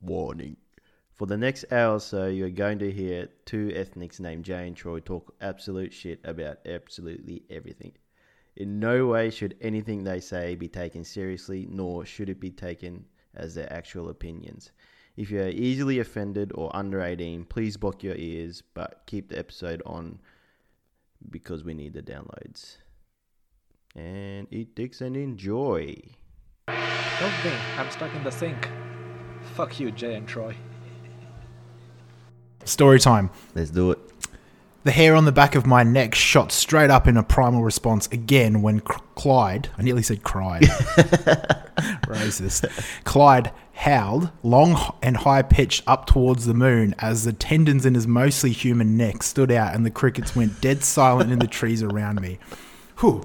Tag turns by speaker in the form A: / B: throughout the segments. A: Warning. For the next hour or so, you're going to hear two ethnics named Jay and Troy talk absolute shit about absolutely everything. In no way should anything they say be taken seriously, nor should it be taken as their actual opinions. If you are easily offended or under 18, please block your ears, but keep the episode on because we need the downloads. And eat dicks and enjoy.
B: Help me, I'm stuck in the sink. Fuck you, Jay and Troy.
C: Story time.
A: Let's do it.
C: The hair on the back of my neck shot straight up in a primal response again when C- Clyde, I nearly said cried. Racist. Clyde howled, long h- and high pitched up towards the moon as the tendons in his mostly human neck stood out and the crickets went dead silent in the trees around me. Whew.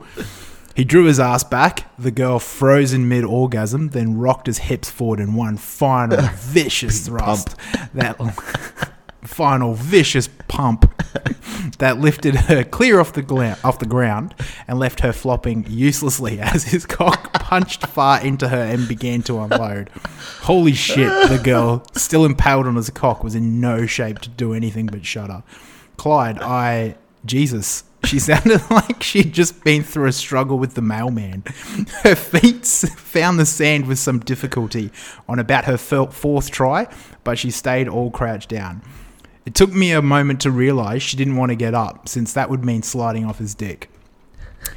C: He drew his ass back. The girl froze in mid orgasm, then rocked his hips forward in one final vicious thrust. That final vicious pump that lifted her clear off the gla- off the ground and left her flopping uselessly as his cock punched far into her and began to unload. Holy shit! The girl, still impaled on his cock, was in no shape to do anything but shudder. Clyde, I Jesus. She sounded like she'd just been through a struggle with the mailman. Her feet s- found the sand with some difficulty on about her fir- fourth try, but she stayed all crouched down. It took me a moment to realize she didn't want to get up, since that would mean sliding off his dick.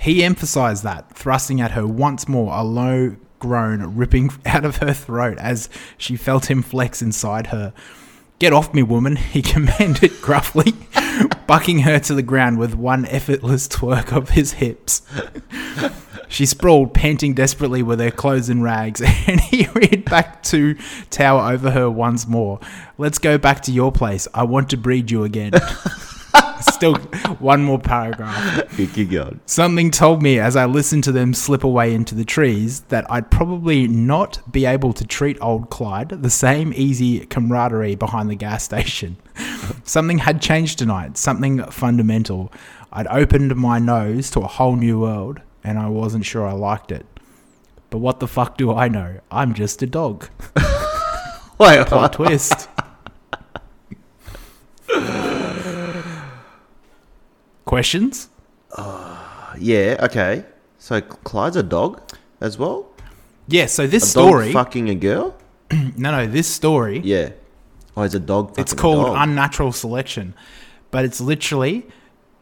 C: He emphasized that, thrusting at her once more, a low groan ripping out of her throat as she felt him flex inside her. Get off me, woman, he commanded gruffly, bucking her to the ground with one effortless twerk of his hips. She sprawled, panting desperately with her clothes in rags, and he reared back to tower over her once more. Let's go back to your place. I want to breed you again. Still one more paragraph.
A: Keep keep going.
C: Something told me as I listened to them slip away into the trees that I'd probably not be able to treat old Clyde the same easy camaraderie behind the gas station. something had changed tonight, something fundamental. I'd opened my nose to a whole new world, and I wasn't sure I liked it. But what the fuck do I know? I'm just a dog.
A: Wait,
C: Plot twist. Questions?
A: Yeah, okay. So Clyde's a dog as well?
C: Yeah, so this
A: A
C: story.
A: dog fucking a girl?
C: No, no, this story,
A: Yeah. Oh, it's a dog fucking
C: it's called
A: a dog.
C: Unnatural Selection, but it's literally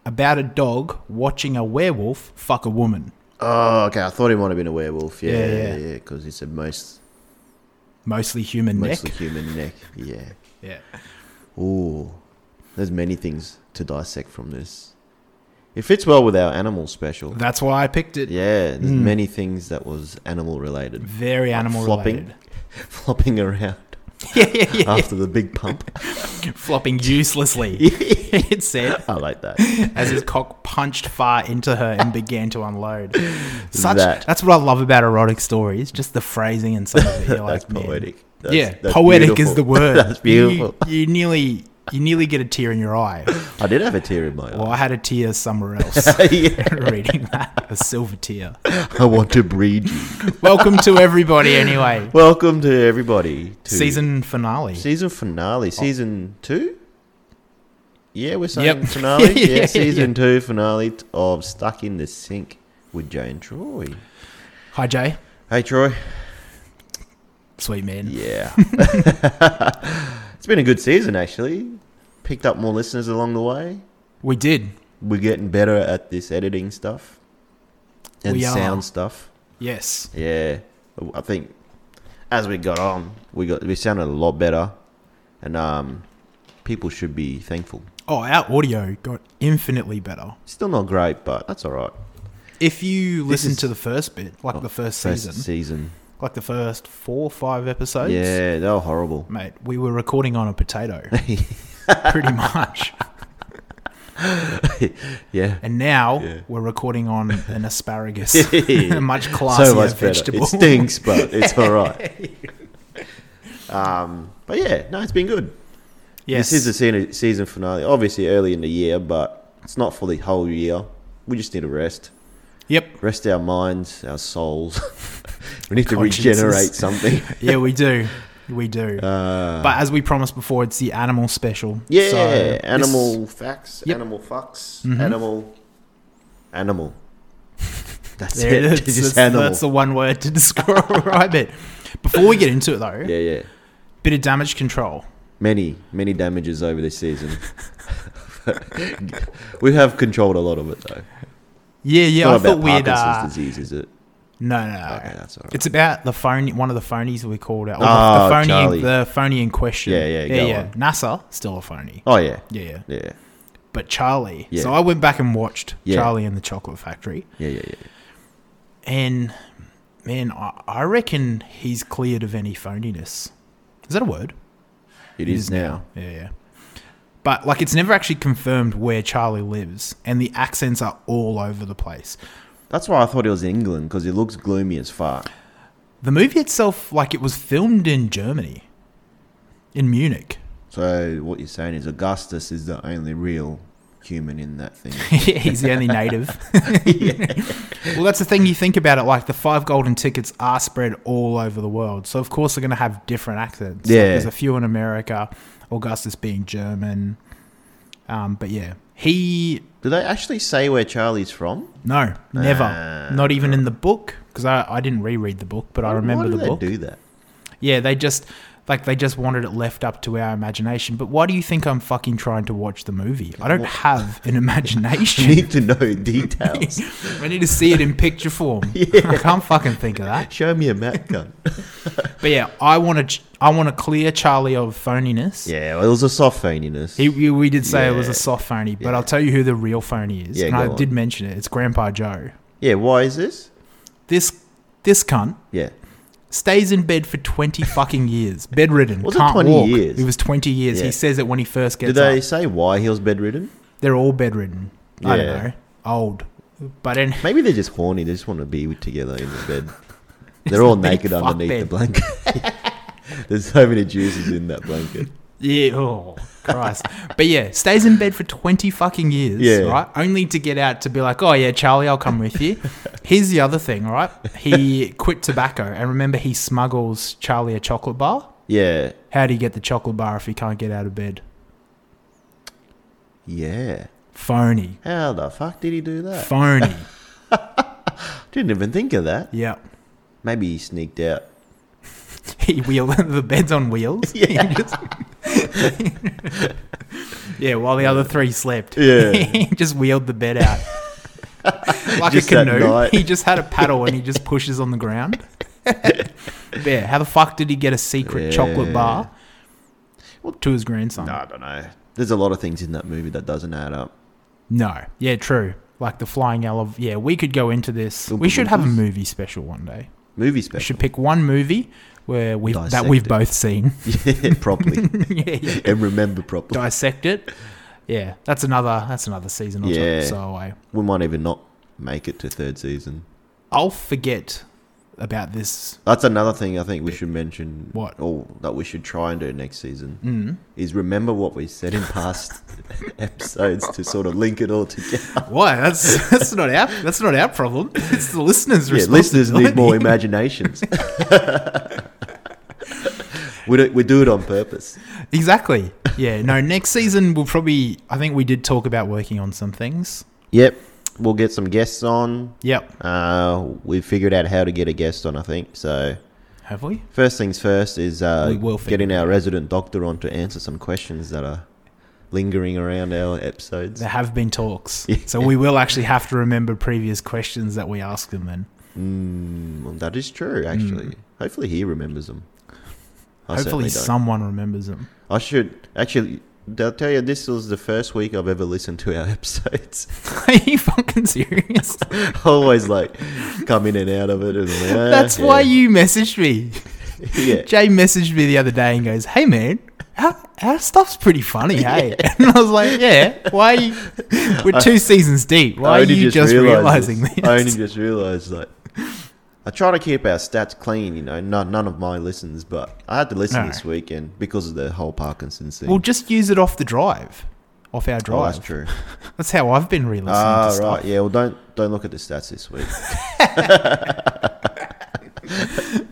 C: about a dog watching a werewolf fuck a woman.
A: oh, okay. I thought he might have been a werewolf. Yeah,
C: Yeah,
A: yeah,
C: yeah.
A: yeah. Because it's a most
C: Mostly human
A: mostly
C: neck.
A: human neck. Yeah.
C: Yeah.
A: Ooh. There's many things to dissect from this. It fits well with our animal special.
C: That's why I picked it.
A: Yeah, there's many things that was animal related.
C: Very Hmm. animal
A: flopping,
C: related.
A: flopping around
C: Yeah, yeah, yeah.
A: after the big pump.
C: Flopping uselessly. it said
A: I like that.
C: as his cock punched far into her and began to unload. Such
A: That.
C: that's what I love about erotic stories, just the phrasing and some of it. You're
A: That's
C: like, man,
A: poetic. That's,
C: yeah,
A: that's
C: poetic
A: beautiful.
C: is the word.
A: that's beautiful.
C: You, you nearly, you nearly get a tear in your eye.
A: I did have a tear in my
C: Well,
A: eye.
C: I had a tear somewhere else
A: yeah,
C: reading that, a silver tear.
A: I want to breed you.
C: Welcome to everybody, anyway.
A: Welcome to everybody to
C: Season Oh. finale.
A: season finale, season two. Yeah, we're saying
C: Yep.
A: finale.
C: Yeah,
A: yeah,
C: yeah,
A: season two finale t- of Stuck in the Sink with Jay and Troy.
C: Hi, Jay.
A: Hey, Troy.
C: Sweet man.
A: Yeah, it's been a good season actually. Picked up more listeners along the way.
C: We did.
A: We're getting better at this editing stuff and
C: We are.
A: sound stuff.
C: Yes.
A: Yeah, I think as we got on, we got we sounded a lot better, and um, people should be thankful.
C: Oh, our audio got infinitely better.
A: Still not great, but that's all right.
C: If you listen
A: is- oh,
C: to the first bit, like the first season,
A: First season.
C: like the first four or five episodes,
A: Yeah, they were horrible.
C: mate, we were recording on a potato, pretty much.
A: yeah.
C: And now
A: Yeah.
C: we're recording on an asparagus,
A: Yeah.
C: a much classier
A: so much
C: vegetable.
A: better. It stinks, but it's all right. um, but yeah, no, it's been good.
C: Yes.
A: This is the season, season finale. Obviously, early in the year, but it's not for the whole year. We just need a rest.
C: yep.
A: rest our minds, our souls. we need to
C: Consciences.
A: regenerate something.
C: Yeah, we do. We do.
A: Uh,
C: but as we promised before, it's the animal special.
A: yeah,
C: So this-
A: animal facts,
C: Yep.
A: animal fucks,
C: Mhm.
A: animal, animal. That's
C: there it is.
A: Just
C: That's,
A: animal.
C: that's the one word to describe it. Before we get into it, though,
A: yeah, yeah.
C: bit of damage control.
A: Many, many damages over this season. we have controlled a lot of it though.
C: Yeah,
A: It's
C: yeah.
A: not
C: I
A: about
C: thought we'd.
A: Parkinson's
C: Uh,
A: disease, is it?
C: no, no, no.
A: Okay, that's all right.
C: It's about the phony, one of the phonies we called out. Or
A: Oh,
C: the, phony,
A: Charlie.
C: the phony in question.
A: Yeah, yeah,
C: yeah.
A: go
C: yeah.
A: on.
C: NASA still a phony.
A: oh yeah,
C: Yeah, yeah.
A: yeah,
C: But Charlie.
A: Yeah.
C: So I went back and watched
A: Yeah.
C: Charlie and the Chocolate Factory,
A: yeah, yeah, yeah.
C: and man, I, I reckon he's cleared of any phoniness. Is that a word?
A: It is now.
C: Yeah, yeah. But like, it's never actually confirmed where Charlie lives, and the accents are all over the place.
A: That's why I thought it was England because it looks gloomy as fuck.
C: The movie itself, like, it was filmed in Germany, in Munich.
A: So what you're saying is Augustus is the only real human in that thing.
C: he's the only native. well, that's the thing you think about it. Like the five golden tickets are spread all over the world, so of course they're going to have different accents. Like,
A: Yeah.
C: there's a few in America. Augustus being German, um, but yeah, he
A: Do they actually say where Charlie's from?
C: no, never,
A: Ah.
C: not even in the book because I, I didn't reread the book, but I remember
A: why do
C: the
A: they
C: book.
A: Do that?
C: Yeah, they just like they just wanted it left up to our imagination. But why do you think I'm fucking trying to watch the movie? I don't have an imagination.
A: You need to know details.
C: I need to see it in picture form. I can't fucking think of that.
A: Show me a map gun.
C: But yeah, I want to. I want to clear Charlie of phoniness.
A: yeah, well, it was a soft phoniness.
C: He, we we did say it was
A: Yeah.
C: a soft phony, but
A: Yeah.
C: I'll tell you who the real phony is.
A: Yeah,
C: and I
A: go on.
C: did mention it. It's Grandpa Joe.
A: yeah, why is this?
C: This this cunt
A: Yeah,
C: stays in bed for twenty fucking years, bedridden.
A: Was it
C: can't
A: 20
C: walk.
A: years?
C: It was twenty years.
A: Yeah.
C: He says it when he first gets
A: did they
C: up.
A: say why he was bedridden?
C: They're all bedridden. I don't
A: Yeah.
C: know. Old, but in
A: Maybe they're just horny. They just want to be together in the bed. They're all
C: a big
A: naked
C: fuck
A: underneath the
C: bed.
A: blanket. There's so many juices in that blanket.
C: Yeah. Oh, Christ. but yeah, stays in bed for 20 fucking years,
A: Yeah.
C: right? Only to get out to be like, oh, yeah, Charlie, I'll come with you. Here's the other thing, right? He quit tobacco. And remember, he smuggles Charlie a chocolate bar.
A: Yeah,
C: How do you get the chocolate bar if you can't get out of bed?
A: yeah.
C: Phony.
A: How the fuck did he do that?
C: Phony.
A: Didn't even think of that.
C: yeah.
A: Maybe he sneaked out.
C: He wheel the bed's on wheels.
A: Yeah.
C: He just- yeah, while the other three slept.
A: Yeah.
C: he just wheeled the bed out. like
A: Just
C: a
A: that
C: canoe.
A: night.
C: He just had a paddle and he just pushes on the ground. yeah, how the fuck did he get a secret chocolate
A: Yeah.
C: bar to his grandson?
A: No, I don't know. There's a lot of things in that movie that doesn't add up.
C: No. Yeah, true. Like the flying elephant. Yeah, we could go into this. We should have a movie special one day.
A: Movie
C: We
A: special.
C: should pick one movie where we that we've
A: Dissect it.
C: both seen.
A: yeah, properly.
C: yeah, yeah.
A: and remember properly.
C: dissect it. Yeah, that's another that's another season or
A: Yeah.
C: so, so away.
A: we might even not make it to third season.
C: I'll forget about this.
A: That's another thing I think we should mention.
C: What?
A: Or that we should try and do next season
C: Mm.
A: is remember what we said in past episodes to sort of link it all together.
C: Why? That's that's not our that's not our problem. It's the listeners'
A: Yeah, listeners need more
C: responsibility.
A: imaginations. we, do, we do it on purpose.
C: Exactly. Yeah. No. Next season we'll probably. I think we did talk about working on some things.
A: Yep. We'll get some guests on.
C: Yep.
A: Uh, we figured out how to get a guest on, I think. So
C: Have we?
A: first things first is uh,
C: We will figure
A: getting our resident doctor on to answer some questions that are lingering around our episodes.
C: There have been talks,
A: Yeah.
C: so we will actually have to remember previous questions that we asked them. Then
A: Mm, well, that is true, actually. Hopefully, he remembers them. I
C: Hmm. hopefully
A: certainly don't.
C: someone remembers them.
A: I should actually. I'll tell you, this was the first week I've ever listened to our episodes.
C: Are you fucking serious?
A: I Always like come in and out of it. And I'm like, "Ah,
C: That's why
A: yeah."
C: you messaged me.
A: yeah.
C: Jay messaged me the other day and goes, "Hey man, our, our stuff's pretty funny, hey." And I was like, "Yeah, why? Are you, we're two seasons deep.
A: I
C: Why are
A: only
C: you just
A: realised
C: realizing this?"
A: I only just realized like I try to keep our stats clean, you know, not, none of my listens, but I had to listen
C: No.
A: this weekend because of the whole Parkinson's thing.
C: We'll just use it off the drive, off our
A: Oh,
C: drive.
A: that's true.
C: That's how I've been re-listening
A: Ah,
C: to
A: right.
C: stuff.
A: Yeah. Well, don't don't look at the stats this week.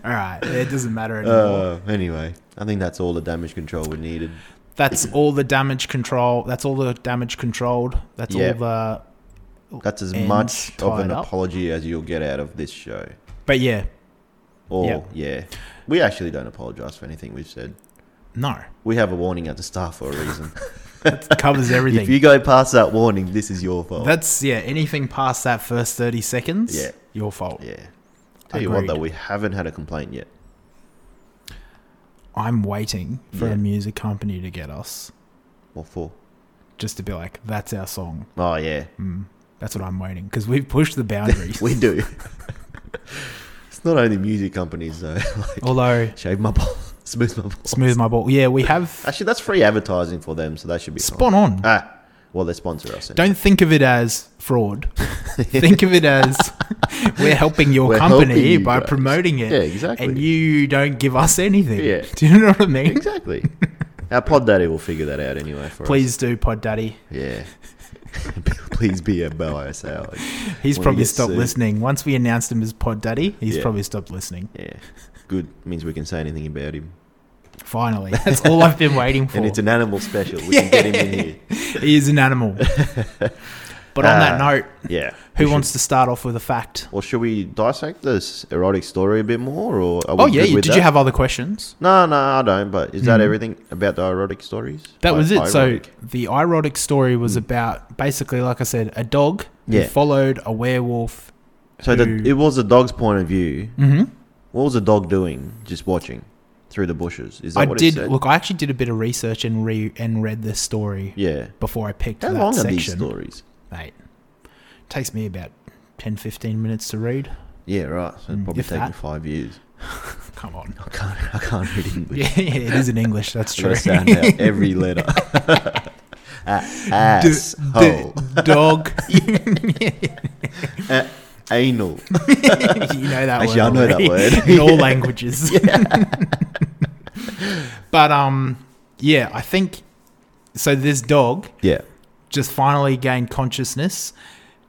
C: All All right, it doesn't matter anymore.
A: Uh, anyway, I think that's all the damage control we needed.
C: that's all the damage control. That's all the damage controlled. That's
A: Yeah.
C: all the.
A: That's as
C: Ends
A: much of
C: tied
A: an
C: up.
A: apology as you'll get out of this show.
C: But yeah,
A: Or,
C: Yep.
A: yeah. We actually don't apologize for anything we've said.
C: no,
A: We have a warning at the start for a reason.
C: it covers everything.
A: if you go past that warning, this is your fault.
C: That's yeah. Anything past that first thirty seconds,
A: Yeah.
C: your fault.
A: yeah. Tell you what,
C: Agreed.
A: though, we haven't had a complaint yet.
C: I'm waiting for
A: Yeah.
C: a music company to get us
A: What for?
C: just to be like, "That's our song."
A: Oh, yeah.
C: Mm, that's what I'm waiting because we've pushed the boundaries.
A: We do. it's not only music companies, though. like,
C: Although,
A: shave my balls, smooth my balls.
C: smooth my ball. Yeah, we have
A: Actually, that's free advertising for them, so that should be fine.
C: spot on.
A: Ah, well, they sponsor us.
C: Don't think of it as fraud. think of it as we're helping your
A: We're
C: company
A: helping you
C: by
A: guys.
C: promoting it.
A: Yeah, exactly.
C: And you don't give us anything.
A: Yeah.
C: Do you know what I mean?
A: exactly. Our pod daddy will figure that out anyway for us.
C: Please do, Pod Daddy.
A: Yeah. Please be a BOSL.
C: He's
A: When he
C: probably
A: gets
C: stopped
A: sued.
C: listening. Once we announced him as Pod Daddy, he's
A: Yeah.
C: probably stopped listening.
A: Yeah. Good. Means we can say anything about him.
C: Finally. That's all I've been waiting for.
A: And it's an animal special. We can get him in here.
C: he is an animal. but on that
A: Ah,
C: note,
A: Yeah. We
C: who
A: should-
C: wants to start off with a fact?
A: Well, should we dissect this erotic story a bit more? or are we
C: Oh, yeah.
A: good
C: You,
A: with
C: did
A: that?
C: you have other questions?
A: No, no, I don't. But is that
C: Mhm.
A: everything about the erotic stories?
C: That
A: I-
C: was it.
A: ironic. Hmm.
C: So the erotic story was about basically, like I said, a dog
A: Yeah.
C: who followed a werewolf.
A: so
C: who-
A: the, it was the dog's point of view.
C: Mm-hmm.
A: What was the dog doing? Just watching through the bushes. Is that
C: I
A: what
C: did
A: it said?
C: look. I actually did a bit of research and re and read this story
A: Yeah.
C: before I picked
A: How
C: that
A: long are these
C: section.
A: stories?
C: Mate, takes me about 10, 15 minutes to read.
A: Yeah, right. So
C: Mm,
A: it'd probably
C: if
A: taken
C: that.
A: five years.
C: Come on.
A: I can't. I can't read English.
C: Yeah, yeah, it is in English. That's
A: I'm gonna
C: true.
A: sound out every letter.
C: D-
A: Asshole.
C: d- dog.
A: A- Anal.
C: you know that
A: Actually, I
C: word.
A: know that
C: already.
A: word.
C: in all languages. but um, yeah, I think so. This dog
A: Yeah.
C: just finally gained consciousness.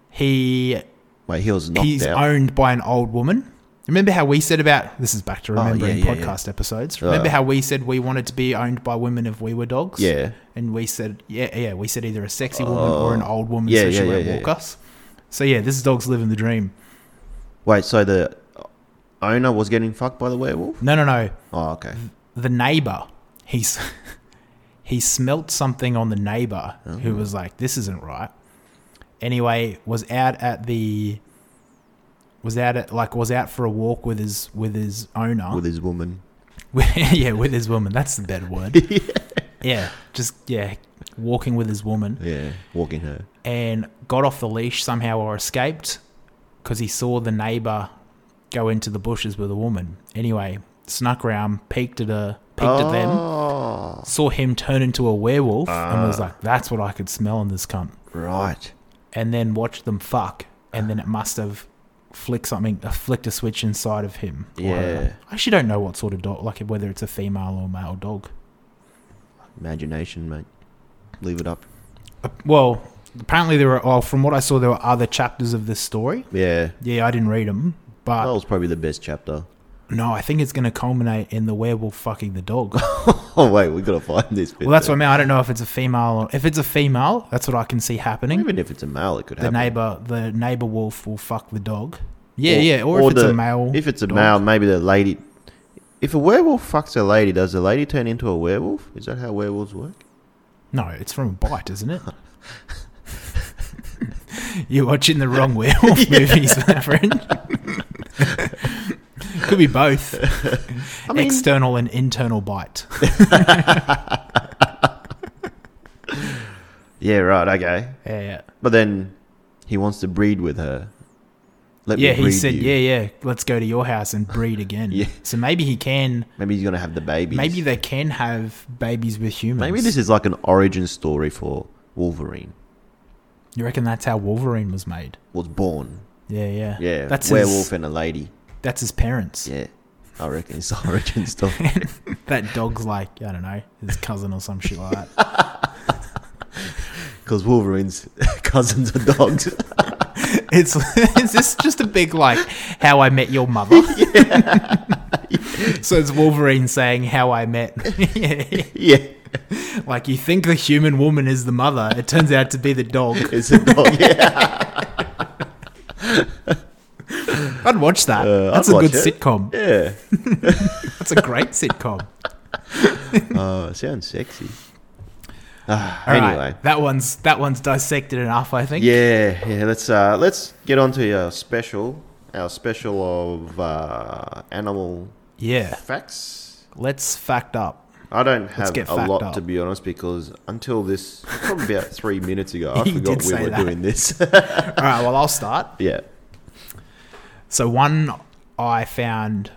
C: He
A: Wait, he was knocked
C: he's
A: out.
C: owned by an old woman. Remember how we said about this is back to
A: Oh, yeah,
C: remembering
A: yeah, yeah.
C: podcast episodes. Remember
A: Right.
C: how we said we wanted to be owned by women if we were dogs.
A: yeah.
C: and we said yeah, yeah, we said either a sexy woman or an
A: Oh.
C: old woman
A: Yeah,
C: so she
A: yeah,
C: won't
A: yeah, yeah,
C: walk
A: yeah.
C: us. So yeah, this dog's living the dream.
A: Wait, so the owner was getting fucked by the werewolf?
C: No, no, no.
A: Oh, okay.
C: the neighbor he's he smelt something on the neighbor who was like this isn't right anyway was out at the was out at like was out for a walk with his with his owner
A: With his woman.
C: yeah with his woman that's the better word yeah just yeah walking with his woman
A: Yeah. Walking her.
C: and got off the leash somehow or escaped because he saw the neighbor go into the bushes with a woman anyway snuck around peeked at her peeked at them
A: Oh,
C: saw him turn into a werewolf and was like, "That's what I could smell in this cunt."
A: right.
C: And then watched them fuck, and then it must have flicked something, uh, flicked a switch inside of him. or her.
A: Yeah.
C: I actually don't know what sort of dog, like whether it's a female or male dog.
A: Imagination, mate. Leave it up.
C: Uh, Well, apparently there were. Well, from what I saw, there were other chapters of this story.
A: Yeah.
C: Yeah, I didn't read them, but
A: That was probably the best chapter.
C: no, I think it's going to culminate in the werewolf fucking the dog.
A: Oh, wait, we got to find this bit.
C: well, that's what I
A: then.
C: mean. I don't know if it's a female. Or, if it's a female, that's what I can see happening.
A: Even if it's a male, it could
C: the
A: happen.
C: neighbor the neighbor wolf will fuck the dog. Yeah, yeah. Or, if it's
A: the-
C: a male.
A: If it's a
C: dog.
A: male, maybe the lady. If a werewolf fucks a lady, does the lady turn into a werewolf? Is that how werewolves work?
C: No, it's from a bite, isn't it? You're watching the wrong werewolf movies, my friend. Could be both.
A: I mean,
C: External and internal bite.
A: yeah, right, okay.
C: Yeah.
A: But then he wants to breed with her. Let me
C: Yeah, he
A: breed
C: said,
A: you.
C: yeah, yeah, let's go to your house and breed again.
A: Yeah.
C: So maybe he can,
A: Maybe he's gonna have the babies.
C: maybe they can have babies with humans.
A: maybe this is like an origin story for Wolverine.
C: You reckon that's how Wolverine was made?
A: Was born.
C: Yeah, yeah.
A: Yeah,
C: That's his-
A: werewolf and a lady.
C: That's his parents.
A: Yeah, I reckon it's the origin story.
C: that dog's like I don't know his cousin or some shit like that.
A: Because Wolverine's cousins are dogs.
C: It's is this just a big like how I met your mother?
A: yeah.
C: so it's Wolverine saying how I met.
A: yeah,
C: like you think the human woman is the mother, it turns out to be the dog.
A: it's a dog. Yeah,
C: I'd watch that.
A: Uh, I'd
C: That's a good
A: watch it.
C: sitcom.
A: yeah.
C: That's a great sitcom.
A: Oh, it sounds sexy. Ah,
C: All right,
A: anyway,
C: that one's that one's dissected enough, I think.
A: yeah, yeah. Let's uh, let's get on to our special, our special of uh, animal
C: Yeah.
A: facts.
C: Let's fact up.
A: I don't have
C: get
A: a
C: fact
A: lot
C: up.
A: to be honest because until this, probably about three minutes ago, I
C: You
A: forgot
C: did
A: we
C: say
A: were
C: that.
A: doing this.
C: All right, well I'll start.
A: yeah.
C: So one I found.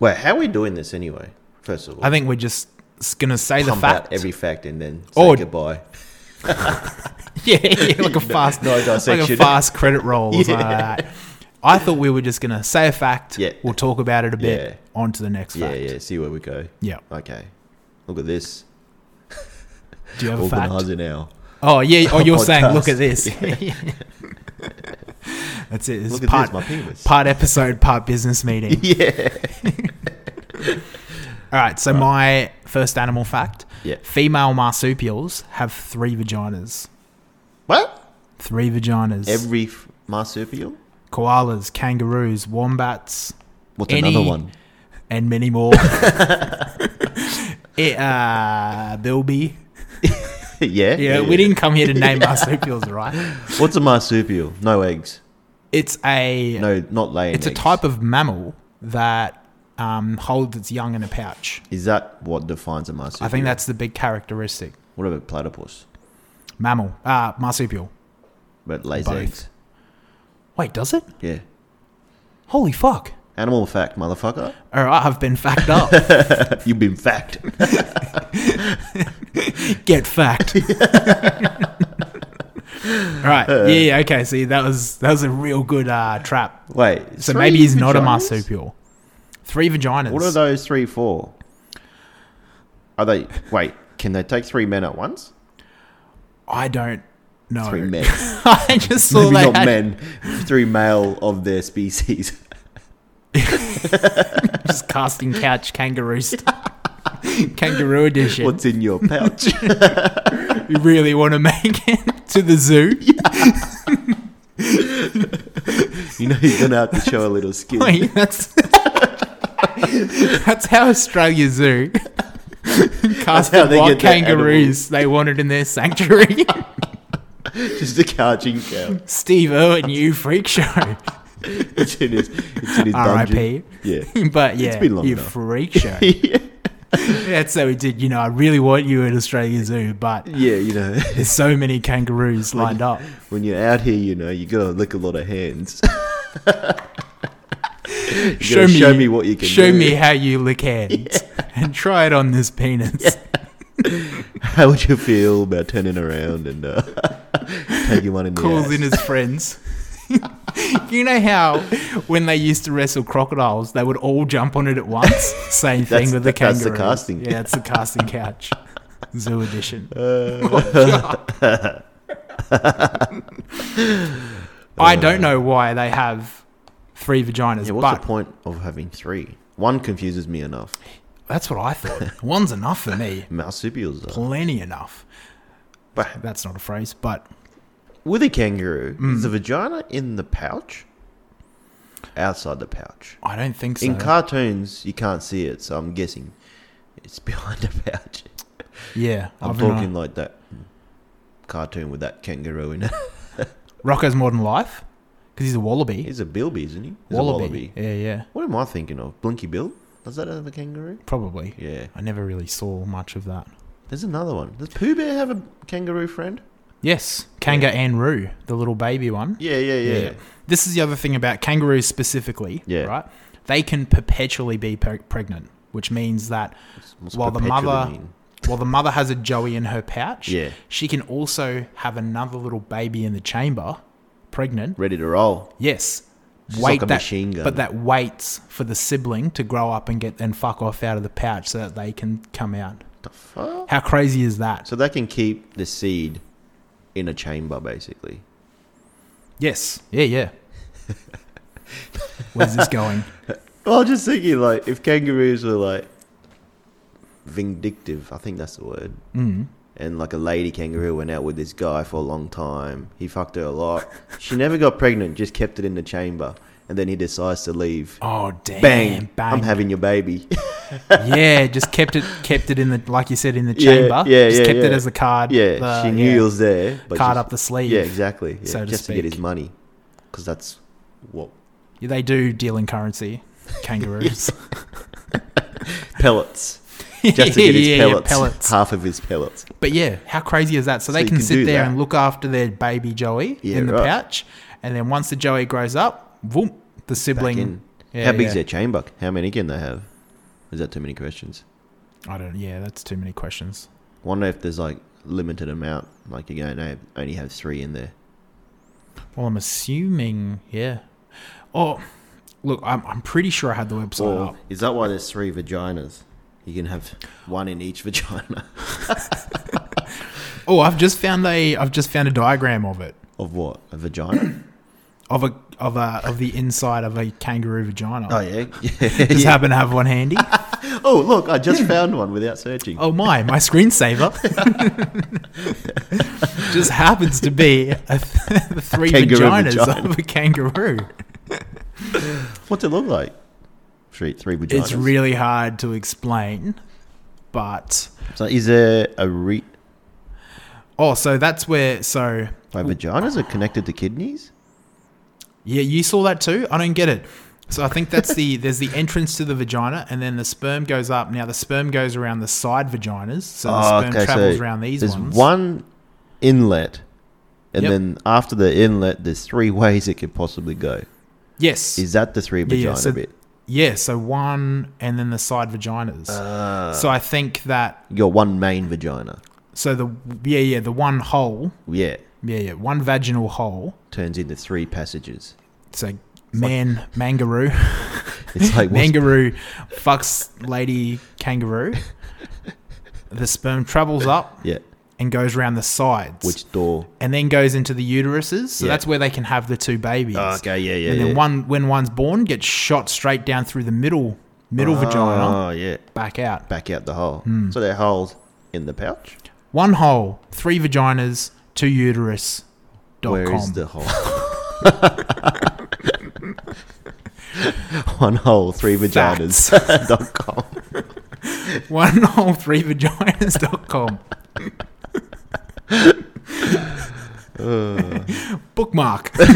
A: Wait, how are we doing this anyway? First of all,
C: I think we're just s- gonna say the
A: pump
C: fact.
A: out every fact and then say
C: Oh,
A: goodbye.
C: yeah, yeah, like a fast,
A: no
C: like a
A: dissection.
C: fast credit roll. or something like that. I thought we were just gonna say a fact.
A: Yeah.
C: We'll talk about it a bit.
A: Yeah.
C: On to the next
A: Yeah,
C: fact.
A: yeah. See where we go.
C: Yeah.
A: Okay. Look at this.
C: Do you have a fact?
A: Organizer now.
C: Oh yeah. Oh, you're saying look
A: Podcast.
C: at this. That's it. This
A: Look
C: is
A: at
C: part,
A: this, my penis.
C: part episode, part business meeting.
A: yeah.
C: All right. So my first animal fact:
A: Yeah.
C: female marsupials have three vaginas.
A: What?
C: Three vaginas.
A: Every f- marsupial?
C: Koalas, kangaroos, wombats,
A: What's
C: Any-
A: another one?
C: and many more. it, uh, Bilby.
A: yeah,
C: Yeah, we didn't come here to name marsupials, right?
A: What's a marsupial? No eggs.
C: It's a
A: No, not laying.
C: it's a
A: eggs.
C: type of mammal that um, holds its young in a pouch.
A: Is that what defines a marsupial?
C: I think that's the big characteristic.
A: What about platypus?
C: Mammal, uh, marsupial.
A: But lays
C: Both.
A: eggs.
C: Wait, does it?
A: Yeah.
C: Holy fuck!
A: Animal fact, motherfucker.
C: All right, I've been fact up.
A: You've been fact.
C: Get fact. All right. Yeah, yeah. Okay. See, that was that was a real good uh, trap.
A: Wait.
C: So
A: three
C: maybe he's not a
A: vaginas?
C: marsupial. Three vaginas.
A: What are those three for? Are they? Wait. Can they take three men at once?
C: I don't know.
A: Three men.
C: I just saw
A: Maybe
C: they
A: not
C: had-
A: men. Three male of their species.
C: just casting couch kangaroo stuff. kangaroo edition.
A: What's in your pouch?
C: We really want to make it to the zoo.
A: you know you're gonna have to show a little skin.
C: Wait, that's that's how Australia Zoo cast
A: how
C: the
A: they
C: wild
A: get their
C: kangaroos they wanted in their sanctuary.
A: Just a couching cow.
C: Steve Irwin, you freak show.
A: It's in his, it's in his dungeon.
C: R.I.P.
A: Yeah.
C: But yeah,
A: been long
C: you
A: enough.
C: freak show.
A: yeah.
C: That's how we did. You know, I really want you at Australia Zoo, but
A: Yeah, you know,
C: there's so many kangaroos lined up.
A: when you're out here, you know, you gotta lick a lot of hands. You gotta
C: Show me,
A: show me what you can
C: Show
A: do.
C: me how you lick hands and try it on this penis.
A: How would you feel about turning around and uh, taking one in the
C: calls
A: ass?
C: in his friends. you know how when they used to wrestle crocodiles, they would all jump on it at once. Same thing
A: That's-
C: with the
A: that's
C: kangaroo.
A: the casting.
C: Yeah, it's the casting couch. Zoo edition.
A: Oh,
C: I don't know why they have three vaginas,
A: Uh. Yeah, what's
C: but
A: the point of having three? One confuses me enough.
C: that's what I thought. One's enough for me.
A: Marsupials, though.
C: Plenty enough.
A: But
C: That's not a phrase, but
A: with a kangaroo,
C: Mm.
A: is the vagina in the pouch? Outside the pouch.
C: I don't think so.
A: In cartoons, you can't see it, so I'm guessing it's behind the pouch.
C: yeah,
A: I'm
C: I've been
A: talking
C: on-
A: like that cartoon with that kangaroo in it.
C: Rocco's Modern Life because he's a wallaby.
A: He's a bilby, isn't he? He's
C: wallaby.
A: a wallaby.
C: Yeah, yeah,
A: What am I thinking of? Blinky Bill? Does that have a kangaroo?
C: probably.
A: Yeah.
C: I never really saw much of that.
A: There's another one. Does Pooh Bear have a kangaroo friend?
C: Yes, Kanga and Roo, the little baby one.
A: Yeah, yeah, yeah. yeah.
C: This is the other thing about kangaroos specifically,
A: Yeah.
C: right? They can perpetually be pre- pregnant, which means that
A: What's
C: while the
A: perpetually
C: mother
A: mean?
C: while the mother has a joey in her pouch,
A: Yeah.
C: she can also have another little baby in the chamber, pregnant.
A: Ready to roll.
C: Yes.
A: She's like a machine gun.
C: But that waits for the sibling to grow up and get and fuck off out of the pouch so that they can come out.
A: The fuck?
C: How crazy is that?
A: So they can keep the seed in a chamber, basically.
C: Yes. Yeah, yeah. Where's this going?
A: Well, I'm just thinking, like, if kangaroos were, like, vindictive, I think that's the word,
C: Mm.
A: and, like, a lady kangaroo went out with this guy for a long time, he fucked her a lot. she never got pregnant, just kept it in the chamber, and then he decides to leave.
C: Oh damn!
A: bang,
C: bang.
A: I'm having your baby.
C: yeah, just kept it kept it in the like you said in the
A: Yeah,
C: chamber.
A: yeah,
C: just
A: yeah,
C: kept it
A: yeah.
C: as a card.
A: yeah,
C: the-
A: she knew
C: yeah,
A: he was there. But she's-
C: card up the sleeve.
A: Yeah, exactly. Yeah,
C: so to
A: just to get his
C: speak.
A: money, because that's what
C: Yeah, They do deal in currency, kangaroos.
A: pellets. Just to get his
C: yeah, yeah,
A: pellets,
C: pellets.
A: half of his pellets.
C: But yeah, how crazy is that? So,
A: So
C: they
A: you
C: can,
A: can
C: sit
A: do
C: there
A: that.
C: and look after their baby Joey
A: Yeah,
C: in the
A: right.
C: pouch, and then once the Joey grows up, whoop, the
A: Back
C: sibling.
A: in.
C: Yeah,
A: How big is
C: yeah.
A: their chamber? How many can they have? Is that too many questions?
C: I don't. Yeah, that's too many questions.
A: Wonder if there's like limited amount. Like you don't have, only have three in there.
C: Well, I'm assuming, yeah. Oh, look, I'm, I'm pretty sure I had the website
A: Or
C: up.
A: is that why there's three vaginas? You can have one in each vagina
C: Oh, I've just found a I've just found a diagram of it
A: of what? A vagina?
C: of a of a of the inside of a kangaroo vagina.
A: oh yeah. yeah.
C: Just
A: yeah.
C: happen to have one handy.
A: Oh look, I just found one without searching.
C: Oh my, my screensaver just happens to be a th- the three
A: kangaroo
C: vaginas
A: vagina.
C: of a kangaroo.
A: What's it look like? Three three vaginas.
C: It's really hard to explain, but
A: So is there a re?
C: oh, so that's where so
A: My vaginas are connected to kidneys.
C: Yeah, you saw that too. I don't get it. So I think that's the there's the entrance to the vagina, and then the sperm goes up. Now the sperm goes around the side vaginas, so the sperm travels around these
A: Oh, there's
C: ones.
A: one inlet, and
C: Yep.
A: then after the inlet, there's three ways it could possibly go.
C: yes,
A: Is that the three
C: Yeah,
A: vagina
C: yeah, so-
A: bit?
C: yeah. So one, and then the side vaginas.
A: Uh.
C: so I think that
A: Your one main vagina,
C: so the yeah yeah the one hole
A: yeah,
C: yeah yeah one vaginal hole.
A: turns into three passages.
C: So man mangaroo
A: It's like what's-
C: mangaroo fucks lady kangaroo. the sperm travels up
A: yeah,
C: and goes around the sides.
A: which door?
C: and then goes into the uteruses. So
A: Yeah.
C: that's where they can have the two babies.
A: Oh, okay, yeah, yeah,
C: and then
A: yeah.
C: one when one's born gets shot straight down through the middle middle vagina
A: Oh yeah,
C: back out.
A: back out the hole.
C: Hmm.
A: So they're holes in the pouch.
C: One hole, three vaginas, two uterus. Dot
A: Where is
C: com.
A: the hole? One hole, three vaginas. dot com.
C: One hole, three vaginas. dot com.
A: Uh.
C: Bookmark. but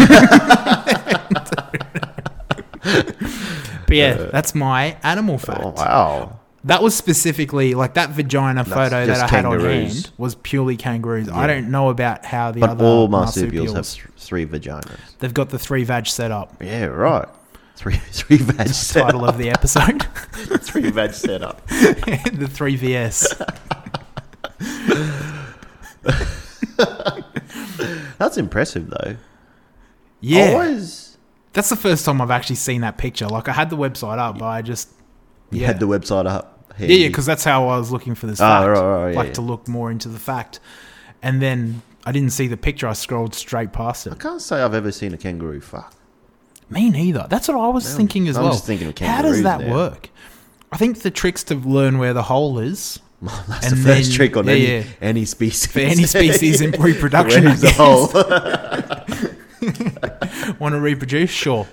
C: yeah, that's my animal fact.
A: Uh. Oh, wow.
C: That was specifically like that vagina photo that
A: just
C: I had on
A: kangaroos.
C: hand was purely kangaroos. I
A: Yeah.
C: don't know about how the
A: But
C: other
A: all marsupials,
C: marsupials.
A: have th- three vaginas.
C: They've got the three vag set up.
A: Yeah, right. Three three vag set
C: Title of the episode:
A: up. Three vag set up.
C: the three VS.
A: That's impressive though.
C: Yeah,
A: Always
C: that's the first time I've actually seen that picture. Like I had the website up, but I just
A: you
C: yeah,
A: had the website up.
C: yeah, yeah, because that's how I was looking for this
A: Ah,
C: fact.
A: right, right, yeah,
C: like
A: yeah.
C: to look more into the fact, and then I didn't see the picture. I scrolled straight past
A: I
C: it.
A: can't say I've ever seen a kangaroo fuck.
C: Me neither. That's what I was
A: No,
C: thinking as
A: I'm
C: well.
A: just thinking of
C: How does
A: kangaroos
C: that
A: now.
C: work? I think the trick's to learn where the hole is
A: That's
C: And
A: the first
C: then-
A: trick on
C: yeah,
A: any
C: yeah.
A: any species.
C: for any species in reproduction.
A: Where's the hole?
C: Want to reproduce? Sure.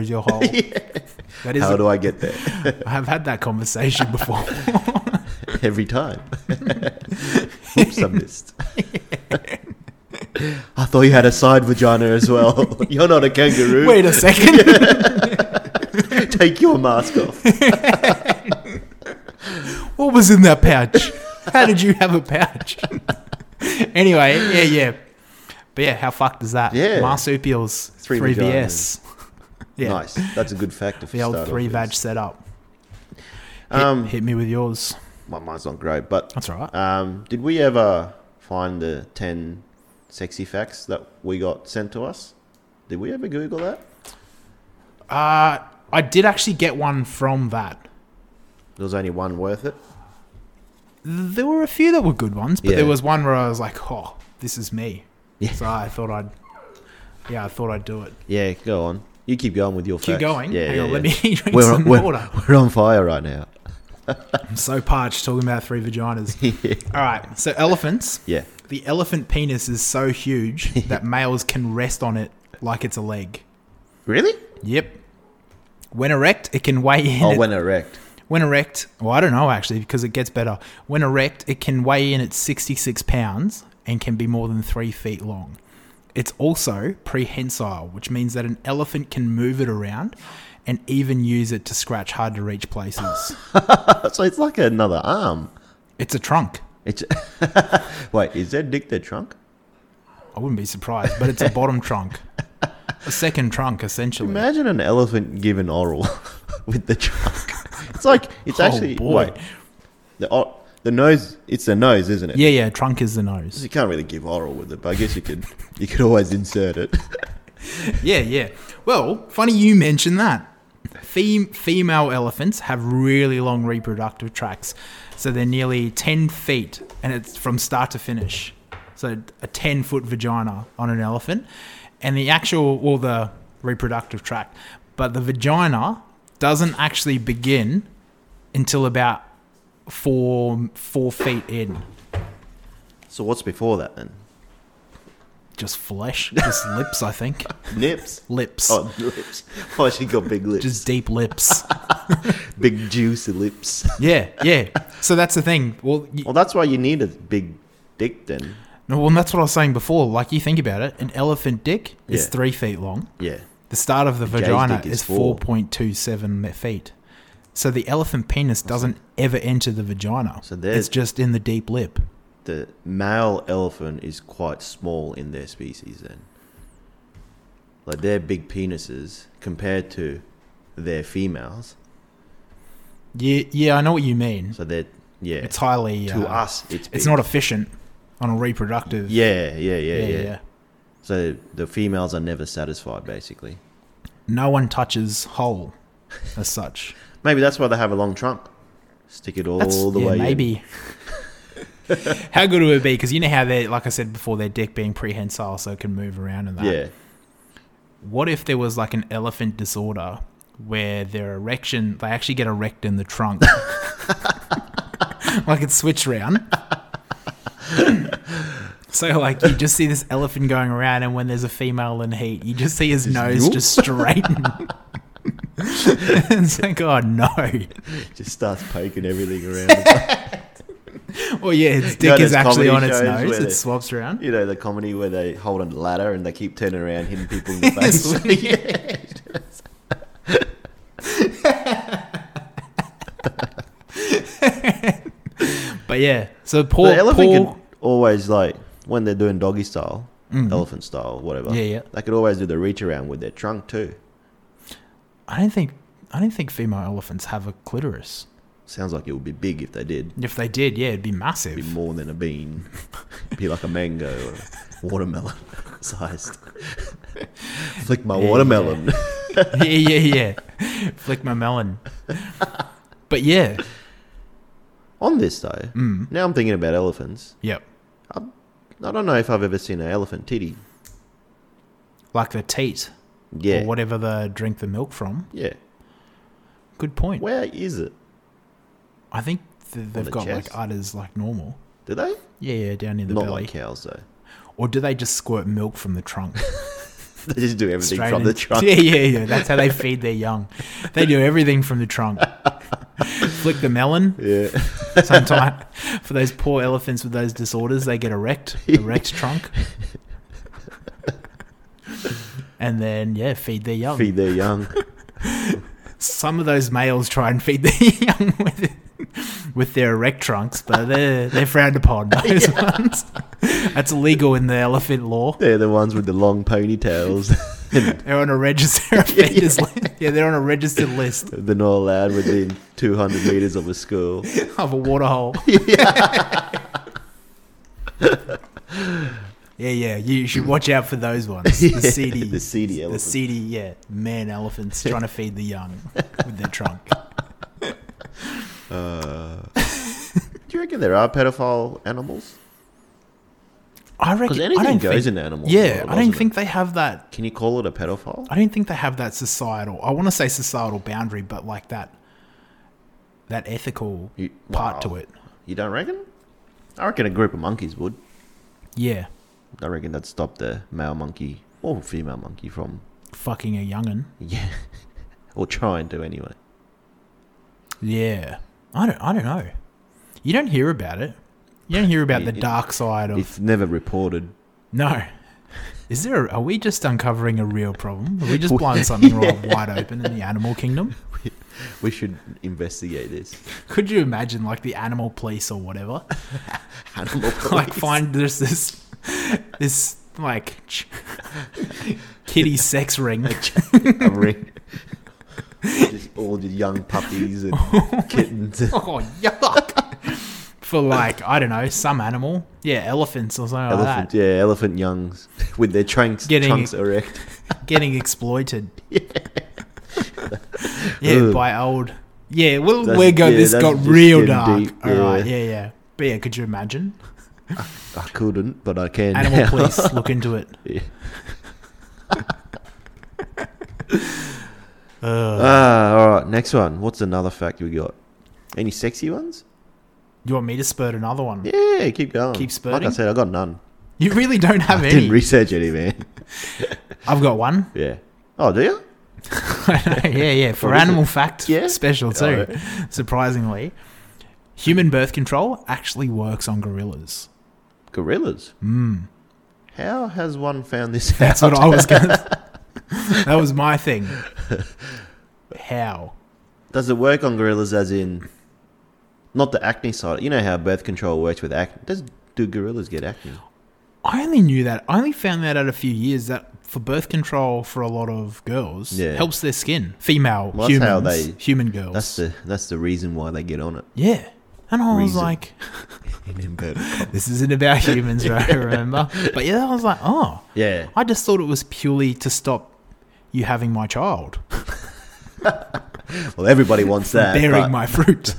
C: is your hole? That is.
A: How do I get there?
C: I have had that conversation before.
A: Every time. Oops, I missed. I thought you had a side vagina as well. You're not a kangaroo.
C: Wait a second.
A: Take your mask off.
C: what was in that pouch? How did you have a pouch? anyway, yeah, yeah. But yeah, how fucked is that?
A: Yeah.
C: Marsupials,
A: Three
C: 3VS. yeah.
A: Nice. That's a good factor for
C: The old
A: start off
C: three
A: with.
C: vag setup. Hit,
A: Um,
C: hit me with yours.
A: well, mine's not great, but
C: That's all right.
A: um, did we ever find the ten sexy facts that we got sent to us? Did we ever Google that?
C: Uh, I did actually get one from that.
A: There was only one worth it.
C: There were a few that were good ones, but
A: Yeah.
C: there was one where I was like, "Oh, this is me."
A: Yeah.
C: So I thought I'd, yeah, I thought I'd do it.
A: Yeah, go on. You keep going with your
C: Keep
A: facts.
C: going.
A: Yeah,
C: Hang
A: yeah,
C: on,
A: yeah.
C: let me drink
A: We're,
C: some
A: on, we're,
C: water.
A: we're on fire right now.
C: I'm so parched talking about three vaginas. All right. So elephants.
A: Yeah.
C: The elephant penis is so huge that males can rest on it like it's a leg.
A: Really?
C: Yep. When erect, it can weigh in.
A: Oh,
C: at-
A: when erect.
C: When erect, well, I don't know actually because it gets better. When erect, it can weigh in at 66 pounds and can be more than three feet long. It's also prehensile, which means that an elephant can move it around and even use it to scratch hard to reach places.
A: Oh, So it's like another arm.
C: it's a trunk.
A: It's wait, is that dick their trunk?
C: I wouldn't be surprised, but it's a bottom trunk. A second trunk, essentially.
A: Imagine an elephant given oral with the trunk. It's like it's
C: Oh,
A: actually
C: boy.
A: wait. The o- the nose, it's the nose, isn't it?
C: Yeah, yeah, trunk is the nose.
A: You can't really give oral with it, but I guess you could. You could always insert it.
C: Yeah, yeah. Well, funny you mention that. Fem- female elephants have really long reproductive tracts, so they're nearly 10 feet, and it's from start to finish. So a 10 foot vagina on an elephant, and the actual, well, the reproductive tract, but the vagina doesn't actually begin until about four four feet in.
A: So what's before that then?
C: Just flesh, just lips, I think.
A: Nips.
C: Lips,
A: Oh, lips. Oh, she got big lips.
C: just deep lips.
A: big juicy lips.
C: Yeah, yeah. So that's the thing. Well, you,
A: Well, that's why you need a big dick then.
C: no, well, that's what I was saying before. Like you think about it, an elephant dick is
A: Yeah.
C: three feet long.
A: Yeah.
C: The start of the
A: gay's
C: vagina
A: dick is
C: is
A: four.
C: four point two seven feet. So the elephant penis doesn't ever enter the vagina.
A: So there's-
C: it's just in the deep lip.
A: The male elephant is quite small in their species then. Like their big penises compared to their females.
C: Yeah, yeah, I know what you mean.
A: So they're yeah.
C: It's highly
A: to
C: uh,
A: us, it's
C: It's
A: big.
C: not efficient on a reproductive.
A: Yeah, yeah, yeah, yeah, So the females are never satisfied, basically.
C: No one touches whole, as such.
A: Maybe that's why they have a long trunk. Stick it all
C: That's-
A: the
C: yeah,
A: way. in.
C: Maybe. how good would it be? Because you know how they, like I said before, their dick being prehensile, so it can move around and that.
A: Yeah.
C: What if there was like an elephant disorder where their erection, they actually get erect in the trunk, like it's switched round. So like you just see this elephant going around, and when there's a female in heat, you just see his nose
A: whoop.
C: just straighten. it's like, oh no!
A: Just starts poking everything around.
C: Well, yeah, its dick
A: know
C: is
A: those
C: actually
A: comedy
C: on its
A: shows
C: nose.
A: where they-
C: It swaps around.
A: you know the comedy where they hold a ladder and they keep turning around, hitting people in the face.
C: Yes, But yeah, so poor,
A: the elephant
C: poor
A: can always like when they're doing doggy style, elephant style, whatever.
C: Mm-hmm. Yeah, yeah.
A: They could always do the reach around with their trunk too.
C: I don't think I don't think female elephants have a clitoris.
A: Sounds like it would be big if they did.
C: If they did, yeah, it'd be
A: Be
C: massive.
A: more than a bean. be like a mango or a watermelon sized. Flick my
C: Yeah,
A: watermelon.
C: yeah, yeah, yeah. Flick my melon. But yeah,
A: On this though,
C: Mm.
A: now I'm thinking about elephants.
C: yep.
A: I don't know if I've ever seen an elephant titty.
C: Like the teat
A: Yeah.
C: or whatever they drink the milk from.
A: Yeah.
C: Good point.
A: Where is it?
C: I think th- they've
A: the
C: got
A: chest?
C: like udders like normal.
A: Do they?
C: Yeah, yeah, down in the
A: Not
C: belly.
A: like cows though.
C: Or do they just squirt milk from the trunk?
A: They just do everything
C: Straight
A: from the
C: in-
A: trunk.
C: Yeah, yeah, yeah. That's how they feed their young. They do everything from the trunk. Flick the melon.
A: Yeah.
C: Sometimes for those poor elephants with those disorders, they get erect, erect trunk. And then, yeah, feed their young.
A: Feed their young.
C: Some of those males try and feed their young with, with their erect trunks, but they're, they're frowned upon, those ones. That's illegal in the elephant law.
A: They're the ones with the long ponytails.
C: They're on a register of feeders. li- Yeah, they're on a registered list
A: They're not allowed within 200 meters of a school.
C: of a waterhole. Yeah, yeah. You should watch out for those ones. The seedy,
A: the seedy
C: the
A: elephant.
C: seedy, yeah, man elephants trying to feed the young with their trunk.
A: Uh, do you reckon there are pedophile animals?
C: I reckon
A: Because anything
C: I don't
A: goes
C: think,
A: in animal.
C: Yeah,
A: world,
C: I don't
A: doesn't it?
C: think they have that.
A: Can you call it a pedophile?
C: I don't think they have that societal. I want to say societal boundary, but like that that ethical
A: You-
C: part
A: wow.
C: to it.
A: You don't reckon? I reckon a group of monkeys would.
C: Yeah,
A: I reckon that'd stop the male monkey or female monkey from
C: fucking a young'un.
A: yeah, or trying to anyway.
C: Yeah, I don't. I don't know. You don't hear about it. You don't hear about
A: Yeah,
C: the
A: it-
C: dark side of
A: It's never reported.
C: no. Is there? A, are we just uncovering a real problem? Are we just blowing something right wide open in the animal kingdom?
A: We should investigate this.
C: Could you imagine, like the animal police or whatever?
A: Animal
C: like
A: police.
C: find there's this this like ch- kitty sex ring
A: a ring. just all the young puppies and kittens.
C: oh yuck for like i don't know some animal yeah elephants or something
A: elephant,
C: like that
A: yeah, elephant youngs with their trunks,
C: Getting-
A: trunks erect.
C: getting exploited yeah
A: Ugh.
C: by old yeah well
A: That's-
C: we're going
A: yeah,
C: this
A: that's
C: got
A: just
C: real
A: getting
C: dark
A: deep,
C: all right
A: yeah.
C: yeah yeah but yeah could you imagine
A: I couldn't, but I can.
C: animal
A: now.
C: police look into it
A: Yeah.
C: Ugh.
A: Ah, all right. Next one. What's another fact we got? Any sexy ones?
C: you want me to spurt another one
A: Yeah, keep going.
C: Keep
A: Like I
C: spurting?
A: said, I got none.
C: you really don't have
A: I
C: any
A: didn't research any, man.
C: i've got one
A: Yeah. Oh, do you?
C: yeah, yeah. For
A: What is
C: animal fact
A: Yeah?
C: special too,
A: Oh,
C: surprisingly. Human birth control actually works on gorillas.
A: Gorillas.
C: Mm.
A: How has one found this out?
C: That's what I was going to That was my thing. How?
A: Does it work on gorillas as in not the acne side? You know how birth control works with acne. Does do gorillas get acne?
C: I only knew that. I only found that out a few years that for birth control for a lot of girls
A: Yeah.
C: helps their skin. Female
A: Well, that's
C: humans,
A: how they-
C: human girls.
A: That's the that's the reason why they get on it.
C: yeah. And I was
A: Reason.
C: like,
A: In birth.
C: this isn't about humans, right? Remember? But yeah, I was like, oh,
A: Yeah.
C: I just thought it was purely to stop you having my child,
A: Well, everybody wants that.
C: bearing
A: but
C: my fruit.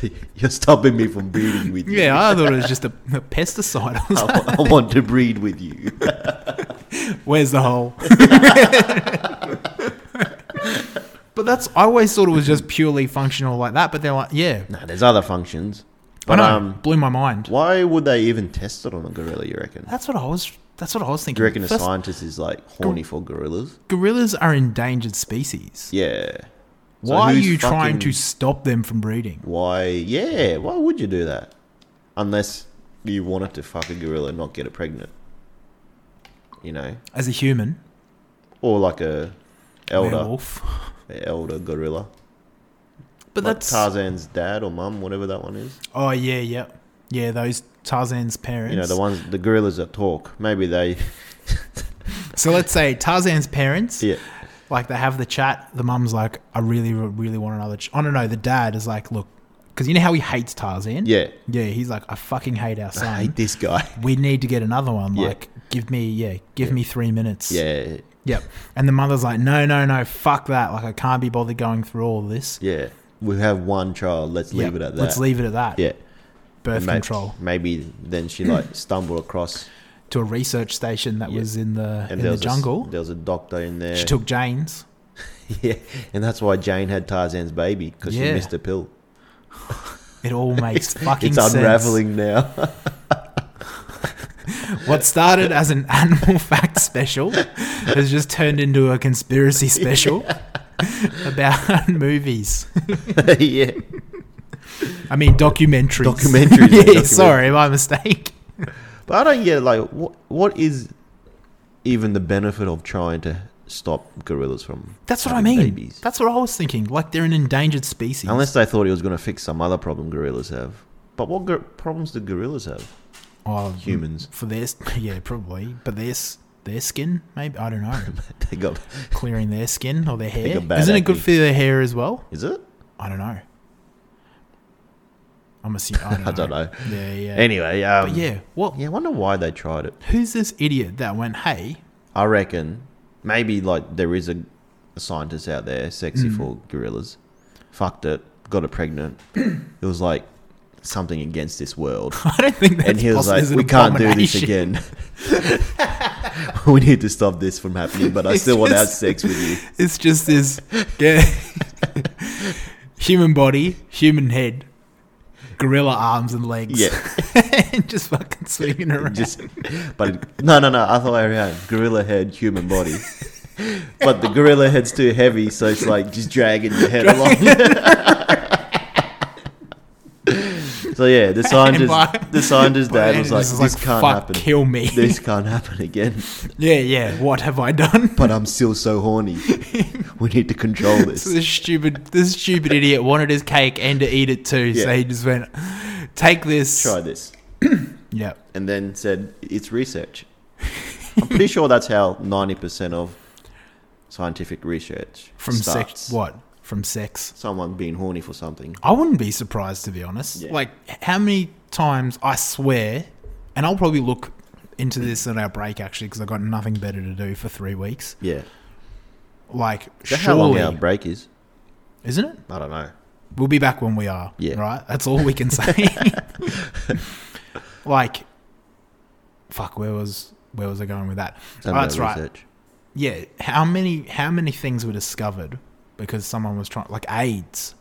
A: you're stopping me from breeding with you.
C: yeah, I thought it was just a, a pesticide. I was
A: I,
C: like,
A: wa- I want to breed with you.
C: Where's the hole? but that's I always thought it was just purely functional like that. But they're like, yeah,
A: no, there's other functions. But
C: I know,
A: um,
C: blew my mind.
A: why would they even test it on a gorilla? You reckon?
C: That's what I was. That's what I was
A: Do you
C: thinking.
A: reckon a
C: First,
A: scientist is like horny for gorillas?
C: gorillas are endangered species.
A: Yeah. So
C: Why are
A: who's
C: you trying
A: fucking-
C: to stop them from breeding?
A: Why? Yeah. Why would you do that? Unless you wanted to fuck a gorilla and not get it pregnant. You know,
C: As a human,
A: or like a elder,
C: werewolf.
A: a elder gorilla.
C: But
A: like
C: that's
A: Tarzan's dad or mum, whatever that one is.
C: Oh yeah, yeah, yeah. Those Tarzan's parents.
A: You know, the ones the gorillas that talk. Maybe they.
C: So let's say Tarzan's parents,
A: Yeah.
C: like they have the chat. The mum's like, "I really, really want another." Ch-. I don't know. The dad is like, "Look, because you know how he hates Tarzan."
A: Yeah.
C: yeah. He's like, "I fucking hate our son.
A: I hate this guy.
C: we need to get another one.
A: Yeah.
C: Like, give me, yeah, give me three minutes."
A: Yeah.
C: Yep. And the mother's like, "No, no, no. Fuck that. Like, I can't be bothered going through all this."
A: Yeah. We have one child. Let's leave
C: Yep,
A: it at that.
C: Let's leave it at that.
A: Yeah.
C: Birth
A: May-
C: control
A: Maybe then she like stumbled across
C: to a research station that
A: Yeah.
C: was in the
A: and
C: in
A: there
C: the
A: was A,
C: jungle.
A: there was a doctor in there.
C: She took Jane's.
A: yeah, and that's why Jane had Tarzan's baby because she
C: Yeah.
A: missed a pill.
C: It all makes fucking
A: it's
C: sense.
A: unraveling now.
C: What started as an animal fact special has just turned into a conspiracy special about movies.
A: yeah,
C: I mean, documentaries.
A: Documentaries,
C: yeah,
A: yeah,
C: sorry, my mistake.
A: but I don't get like what what is even the benefit of trying to stop gorillas from
C: That's what I
A: having
C: mean.
A: babies?
C: That's what I was thinking. Like, they're an endangered species.
A: Unless they thought it was going to fix some other problem gorillas have. But what gor problems do gorillas have?
C: oh,
A: Humans.
C: For their, s- yeah, probably. But their, s- their skin, maybe? I don't know.
A: they got
C: Clearing their skin or their hair.
A: got bad
C: Isn't it good
A: acne.
C: for their hair as well?
A: is it?
C: I don't know. I'm assuming. I don't know.
A: I don't know.
C: Yeah, yeah.
A: Anyway, um,
C: but yeah, what?
A: yeah. I wonder why they tried it.
C: Who's this idiot that went, hey,
A: I reckon maybe like there is a, a scientist out
C: Mm.
A: there, sexy for gorillas. Fucked it, got it pregnant. it was like something against this world.
C: I don't think that's
A: and he was
C: possible.
A: like,
C: It's an
A: "We can't do this
C: abomination.
A: again. we need to stop this from happening." But I
C: It's
A: still want to have
C: just-
A: sex with you.
C: It's just this yeah, human body, human head, gorilla arms and legs.
A: Yeah.
C: and just fucking swinging around.
A: Just, but no, no, no. Other way around. Gorilla head, human body. But the gorilla head's too heavy, so it's like just dragging your head along. so yeah, the
C: And by-
A: scientist, the scientist
C: by
A: dad
C: the
A: was
C: end
A: like,
C: it's
A: "This
C: just
A: can't
C: "Fuck,
A: happen.
C: Kill me.
A: This can't happen again."
C: yeah, yeah. What have I done?
A: But I'm still so horny. We need to control
C: So
A: this.
C: this stupid, this stupid idiot wanted his cake and to eat it too. So
A: Yeah.
C: he just went, take this.
A: Try this.
C: Yeah.
A: and then said it's research. I'm pretty sure that's how 90% of scientific research
C: From
A: starts.
C: sex. What? From sex.
A: Someone being horny for something.
C: I wouldn't be surprised to be honest.
A: Yeah.
C: Like how many times I swear, and I'll probably look into this at our break actually because I got nothing better to do for three weeks.
A: Yeah.
C: Like
A: Is that how long
C: surely,
A: our break is?
C: isn't it?
A: I don't know.
C: We'll be back when we are.
A: Yeah.
C: Right. That's all we can say. like, fuck. Where was where was I going with that?
A: Done
C: Oh,
A: no
C: that's right.
A: research.
C: Yeah. How many how many things were discovered because someone was trying like AIDS.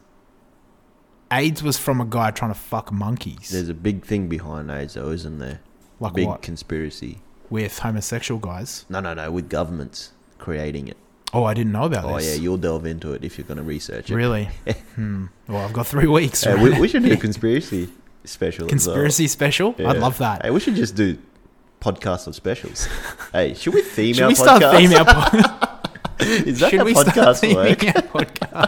C: AIDS was from a guy trying to fuck monkeys.
A: There's a big thing behind AIDS, though, isn't there?
C: like
A: big
C: what?
A: conspiracy.
C: with homosexual guys.
A: No, no, no. With governments creating it.
C: Oh, I didn't know about
A: Oh, yeah.
C: this.
A: You'll delve into it if you're going to research it.
C: really? hmm. Well, I've got three weeks.
A: Hey,
C: right?
A: we, we should do a conspiracy special. as well.
C: Conspiracy special. I'd
A: Yeah.
C: love that.
A: Hey, we should just do podcasts of specials. hey, should we theme
C: Should
A: our
C: we
A: podcast?
C: start theme our podcast?
A: Is that
C: Should
A: how
C: we start
A: podcasts
C: theming
A: work?
C: our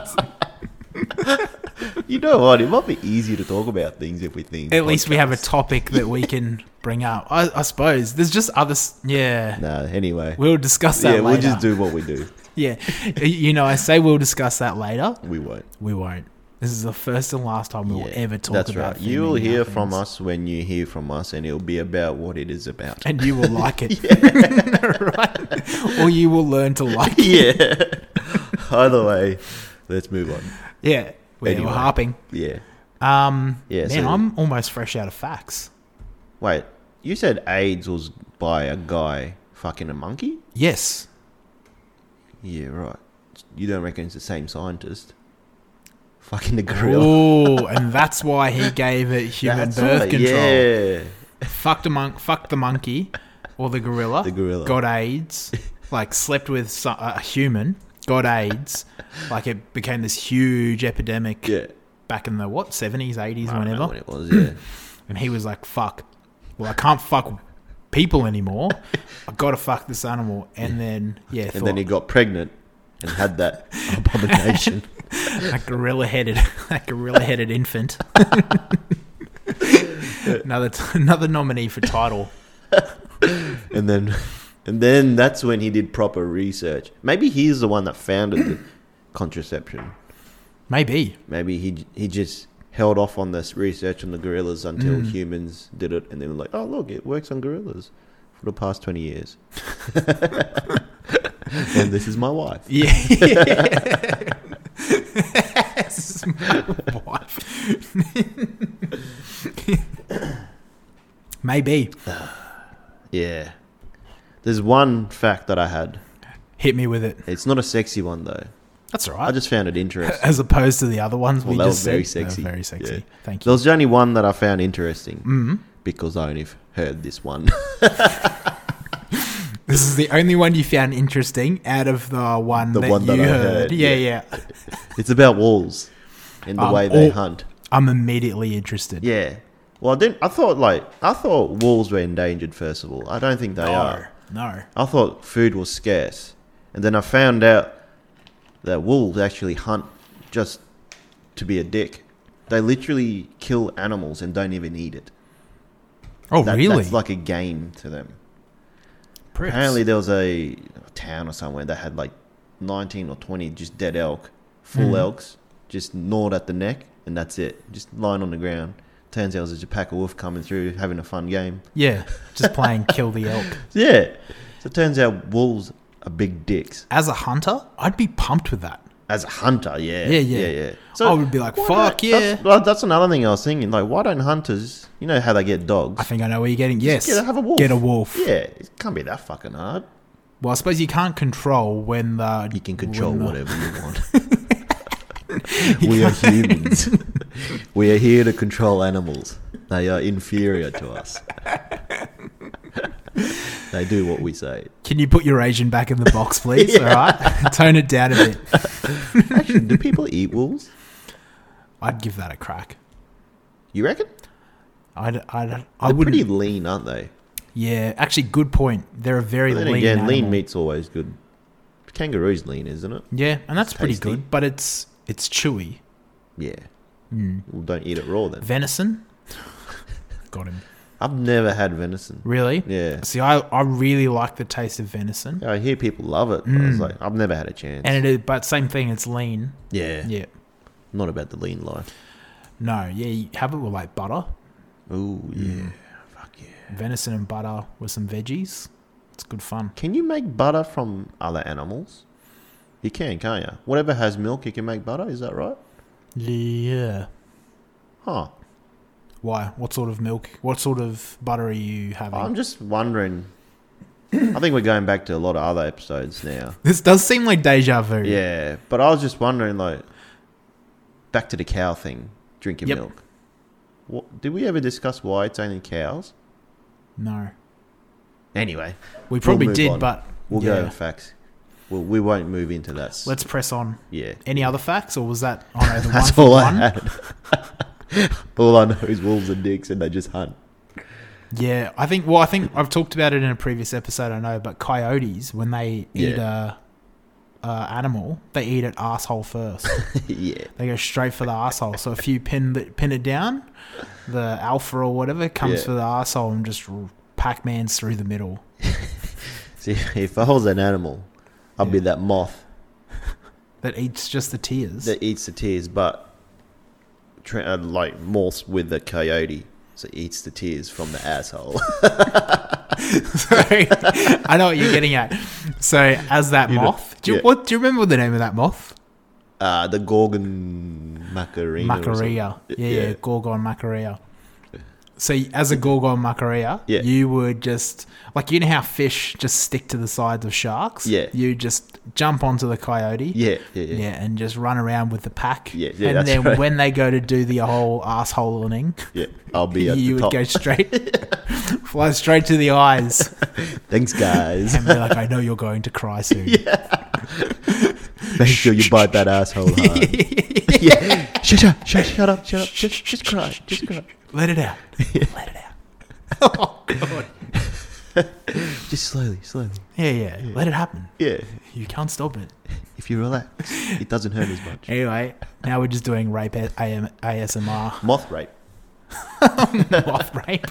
C: podcast?
A: You know what? It might be easier to talk about things if we theme.
C: At least we have a
A: podcasts.
C: topic that we can bring up. I, I suppose there's just other. s- Yeah,
A: Nah, anyway.
C: we'll discuss
A: yeah,
C: that. later.
A: we'll just do what we do.
C: Yeah, Y- you know, I say we'll discuss that later.
A: We won't.
C: We won't. This is the first and last time we'll
A: Yeah,
C: ever talk
A: That's
C: about.
A: right. You'll
C: theming our
A: hear from
C: things.
A: us when you hear from us, and it'll be about what it is about.
C: and you will like it, right? Or you will learn to like. it.
A: yeah. Either way, let's move on.
C: Yeah, we
A: Anyway.
C: were harping.
A: Yeah.
C: Um,
A: Yeah,
C: man,
A: so-
C: I'm almost fresh out of facts.
A: Wait. You said AIDS was by a guy fucking a monkey?
C: Yes,
A: Yeah, right. You don't reckon it's the same scientist? Fucking the gorilla.
C: oh, and that's why he gave it human
A: That's
C: birth
A: right.
C: control.
A: Yeah.
C: Fucked a monk, fucked the monkey, or the gorilla.
A: The gorilla.
C: got AIDS. like slept with so- a human, got AIDS. like it became this huge epidemic
A: Yeah.
C: back in the what seventies, eighties,
A: I don't know
C: whenever.
A: when it was, yeah.
C: And he was like, fuck. Well, I can't fuck people anymore. I gotta fuck this animal. And then, yeah,
A: and then he got pregnant and had that abomination.
C: a gorilla headed, a gorilla headed infant. another, t- another nominee for title.
A: and then and then that's when he did proper research. Maybe he's the one that founded the contraception.
C: Maybe.
A: Maybe he he just held off on this research on the gorillas until
C: Mm.
A: humans did it and they were like, "Oh, look, it works on gorillas for the past 20 years." and this is my wife.
C: Yeah. This is my wife. Maybe.
A: Yeah. There's one fact that I had.
C: Hit me with it.
A: It's not a sexy one though.
C: That's all
A: I
C: right.
A: just found it interesting.
C: As opposed to the other ones
A: Well,
C: we
A: that
C: just
A: was very
C: said. They were
A: sexy.
C: Very sexy.
A: Yeah.
C: Thank you.
A: There was only one that I found interesting
C: Mm.
A: because I only heard this one.
C: This is the only one you found interesting out of the one
A: The
C: that
A: one
C: you
A: that I
C: heard.
A: heard,
C: Yeah, yeah,
A: yeah. it's about wolves and the
C: Um,
A: way they
C: or-
A: hunt.
C: I'm immediately interested.
A: Yeah. Well, I didn't. I thought like I thought wolves were endangered. First of all, I don't think they
C: no,
A: are.
C: no.
A: I thought food was scarce, and then I found out that wolves actually hunt just to be a dick. They literally kill animals and don't even eat it.
C: Oh,
A: That-
C: really?
A: That's like a game to them.
C: Pricks.
A: Apparently, there was a town or somewhere that had like 19 or 20 just dead elk, full
C: Mm.
A: elks, just gnawed at the neck, and that's it. Just lying on the ground. Turns out it was just a pack of wolf coming through, having a fun game.
C: yeah, just playing kill the elk.
A: Yeah. So it turns out wolves are big dicks.
C: As a hunter, I'd be pumped with that.
A: As a hunter, yeah.
C: Yeah, yeah.
A: yeah,
C: I would be like,
A: why
C: "Fuck
A: don't- that's-
C: yeah."
A: well, That's, another thing I was thinking. Like, why don't hunters, you know how they get dogs?
C: I think I know where you're getting. Yes,
A: get, have a wolf.
C: Get a wolf.
A: Yeah, it can't be that fucking hard.
C: Well, I suppose you can't control when the
A: You can control
C: when the-
A: whatever you want. we are humans. we are here to control animals. They are inferior to us. they do what we say.
C: Can you put your Asian back in the box, please?
A: Yeah.
C: All right, tone it down a bit.
A: Actually, do people eat wolves?
C: I'd give that a crack.
A: You reckon?
C: I'd, I'd, I
A: They're
C: wouldn't.
A: pretty lean, aren't they?
C: Yeah, actually, good point. They're a very
A: But then
C: lean.
A: again, lean
C: animal.
A: meat's always good. Kangaroo's lean, isn't it?
C: Yeah, and that's
A: It's
C: pretty
A: tasty.
C: good, but it's it's chewy.
A: Yeah.
C: Mm.
A: Well, don't eat it raw then.
C: Venison. Got him.
A: I've never had venison.
C: Really?
A: Yeah.
C: See, I, I really like the taste of venison,
A: I hear people love it, but I was like, I've never had a chance.
C: Mm. and it is, but same thing. It's lean.
A: yeah.
C: Yeah.
A: Not about the lean life.
C: No. Yeah, you have it with like butter,
A: Oh yeah.
C: Mm.
A: Fuck yeah.
C: venison and butter with some veggies. It's good fun.
A: Can you make butter from other animals? You can, can't you? Whatever has milk, you can make butter. Is that right?
C: Yeah.
A: Huh.
C: Why? What sort of milk? What sort of butter are you having?
A: I'm just wondering. I think we're going back to a lot of other episodes now.
C: this does seem like deja vu.
A: Yeah, but I was just wondering, like, back to the cow thing, drinking
C: Yep.
A: milk. What, did we ever discuss why it's only cows?
C: No.
A: Anyway,
C: We probably
A: move
C: did,
A: on.
C: but
A: we'll
C: yeah.
A: go with facts. We'll, we won't move into that. s-
C: Let's press on.
A: yeah,
C: Any other facts, or was that? Oh no, the
A: that's
C: one for
A: all I
C: one.
A: had. all I know is wolves and dicks, and they just hunt.
C: Yeah, I think. Well, I think I've talked about it in a previous episode. I know, but coyotes when they eat a, a animal, they eat it asshole first.
A: yeah,
C: they go straight for the asshole. So if you pin the, pin it down, the alpha or whatever comes
A: Yeah.
C: for the asshole and just pac mans through the middle.
A: See, if I was an animal, I'd be
C: Yeah.
A: that moth
C: That eats just the tears.
A: that eats the tears, but tra- uh, like morphs with the coyote, so it eats the tears from the asshole.
C: Sorry, I know what you're getting at. So as that
A: You know,
C: moth, do you,
A: yeah.
C: what do you remember the name of that moth?
A: uh, the Gorgon Macarena. or something.
C: Macaria. Yeah, yeah,
A: Yeah.
C: Gorgon Macaria. So y- as a Gorgon Macaria,
A: Yeah.
C: you would just like you know how fish just stick to the sides of sharks.
A: Yeah.
C: you just jump onto the coyote.
A: Yeah, yeah, yeah.
C: Yeah, and just run around with the pack.
A: Yeah, yeah,
C: and
A: that's
C: then
A: right.
C: when they go to do the whole assholing,
A: yeah. I'll be at
C: you
A: the
C: would
A: top.
C: go straight, fly straight to the eyes,
A: Thanks, guys.
C: and be like, "I know you're going to cry soon."
A: Make sure you bite that asshole hard. yeah. Shut up, shut, shut up, shut up. Just, just cry, just cry.
C: Let it out. Let it out. oh god.
A: Just slowly, slowly.
C: Yeah, yeah, Let it happen.
A: Yeah.
C: You can't stop it.
A: If you relax, it doesn't hurt as much.
C: Anyway, now we're just doing rape A- AM, ASMR
A: Moth rape.
C: moth rape.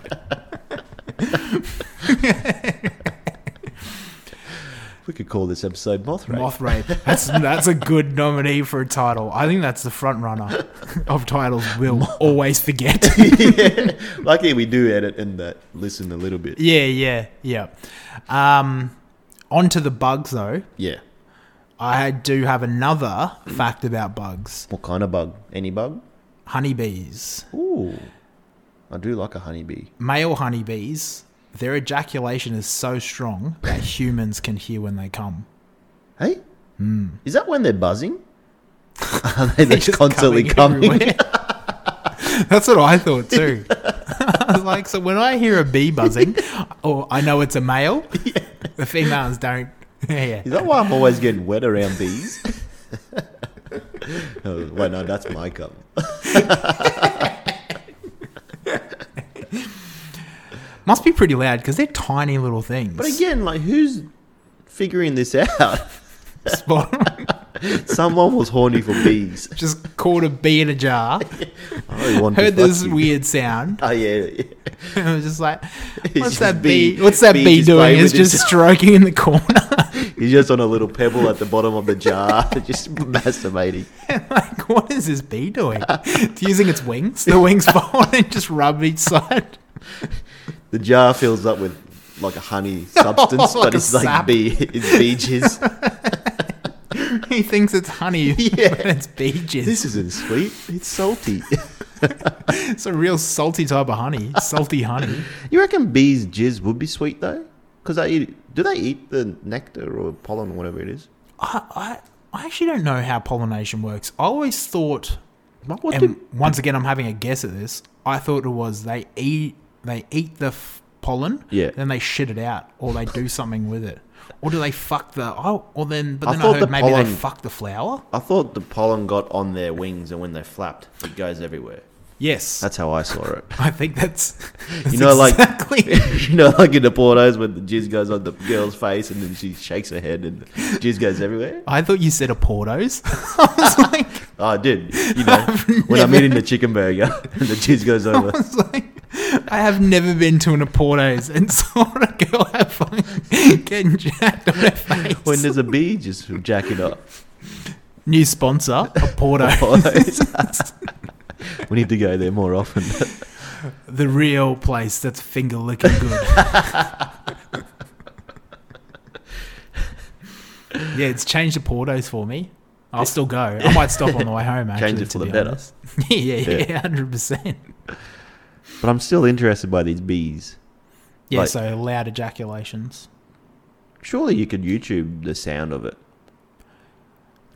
A: We could call this episode Moth Rape.
C: Moth rape. That's that's a good nominee for a title. I think that's the front runner of titles. We'll always forget.
A: yeah. Lucky we do edit and that listen a little bit.
C: yeah, yeah, yeah. Um, on to the bugs though.
A: Yeah.
C: I do have another fact about bugs.
A: What kind of bug? Any bug?
C: Honeybees,
A: Ooh. I do like a honeybee.
C: male honeybees, their ejaculation is so strong that humans can hear when they come.
A: Hey? Is that when they're buzzing? Are they
C: They're
A: Hmm. just,
C: just
A: constantly coming?
C: everywhere. That's what I thought too. I was like, so when I hear a bee buzzing, or I know it's a male, the females don't. yeah.
A: Is that why I'm always getting wet around bees? oh, wait, no, that's my cup.
C: Must be pretty loud because they're tiny little things.
A: But again, like, who's figuring this out?
C: Spot-
A: Someone was horny for bees.
C: just caught a bee in a jar,
A: I really want to
C: heard
A: fuck
C: this
A: you.
C: weird sound,
A: Oh, yeah. yeah.
C: and I was just like,
A: It's
C: what's
A: just
C: that bee,
A: bee-
C: What's that
A: bee
C: bee,
A: just playing
C: doing? It's
A: with
C: just
A: his-
C: stroking in the corner.
A: He's just on a little pebble at the bottom of the jar, just masturbating.
C: like, what is this bee doing? it's using its wings. The wings fold and just rub each side.
A: The jar fills up with like a honey substance,
C: Like
A: but
C: a
A: it's like
C: sap.
A: bee, it's bee jizz.
C: he thinks it's honey,
A: Yeah.
C: but it's beaches.
A: This isn't sweet. It's salty.
C: it's a real salty type of honey, salty honey.
A: you reckon bees' jizz would be sweet though? Because they eat, do they eat the nectar or pollen or whatever it is?
C: I, I, I actually don't know how pollination works. I always thought,
A: What, what
C: and
A: do,
C: once again, I'm having a guess at this. I thought it was they eat they eat the f- pollen,
A: Yeah.
C: then they shit it out, or they do something with it, or do they fuck the oh, or then but
A: I
C: then I,
A: thought the
C: heard maybe they
A: pollen-
C: fuck the flower.
A: I thought the pollen got on their wings, and when they flapped, it goes everywhere.
C: Yes,
A: That's how I saw it.
C: I think that's, that's
A: You know, like-
C: exactly.
A: you know, like in the pornos when the jizz goes on the girl's face, and then she shakes her head, and jizz goes everywhere.
C: I thought you said a Portos. I was like,
A: Oh, I did. You know, when I'm eating the chicken burger, and the jizz goes
C: I
A: over.
C: was like, I have never been to an Aportos and saw a girl have fun getting jacked on her face.
A: When there's a bee just jacking up.
C: New sponsor, Aportos.
A: Aportos. We need to go there more often.
C: the real place that's finger licking good. yeah, it's changed the Portos for me. I'll still go. I might stop on the way home. Actually,
A: Change it for
C: to
A: the
C: be
A: better.
C: honest. yeah, yeah,
A: Yeah.
C: yeah, hundred percent.
A: But I'm still interested by these bees.
C: Yeah,
A: Like-
C: so loud ejaculations.
A: Surely you could YouTube the sound of it.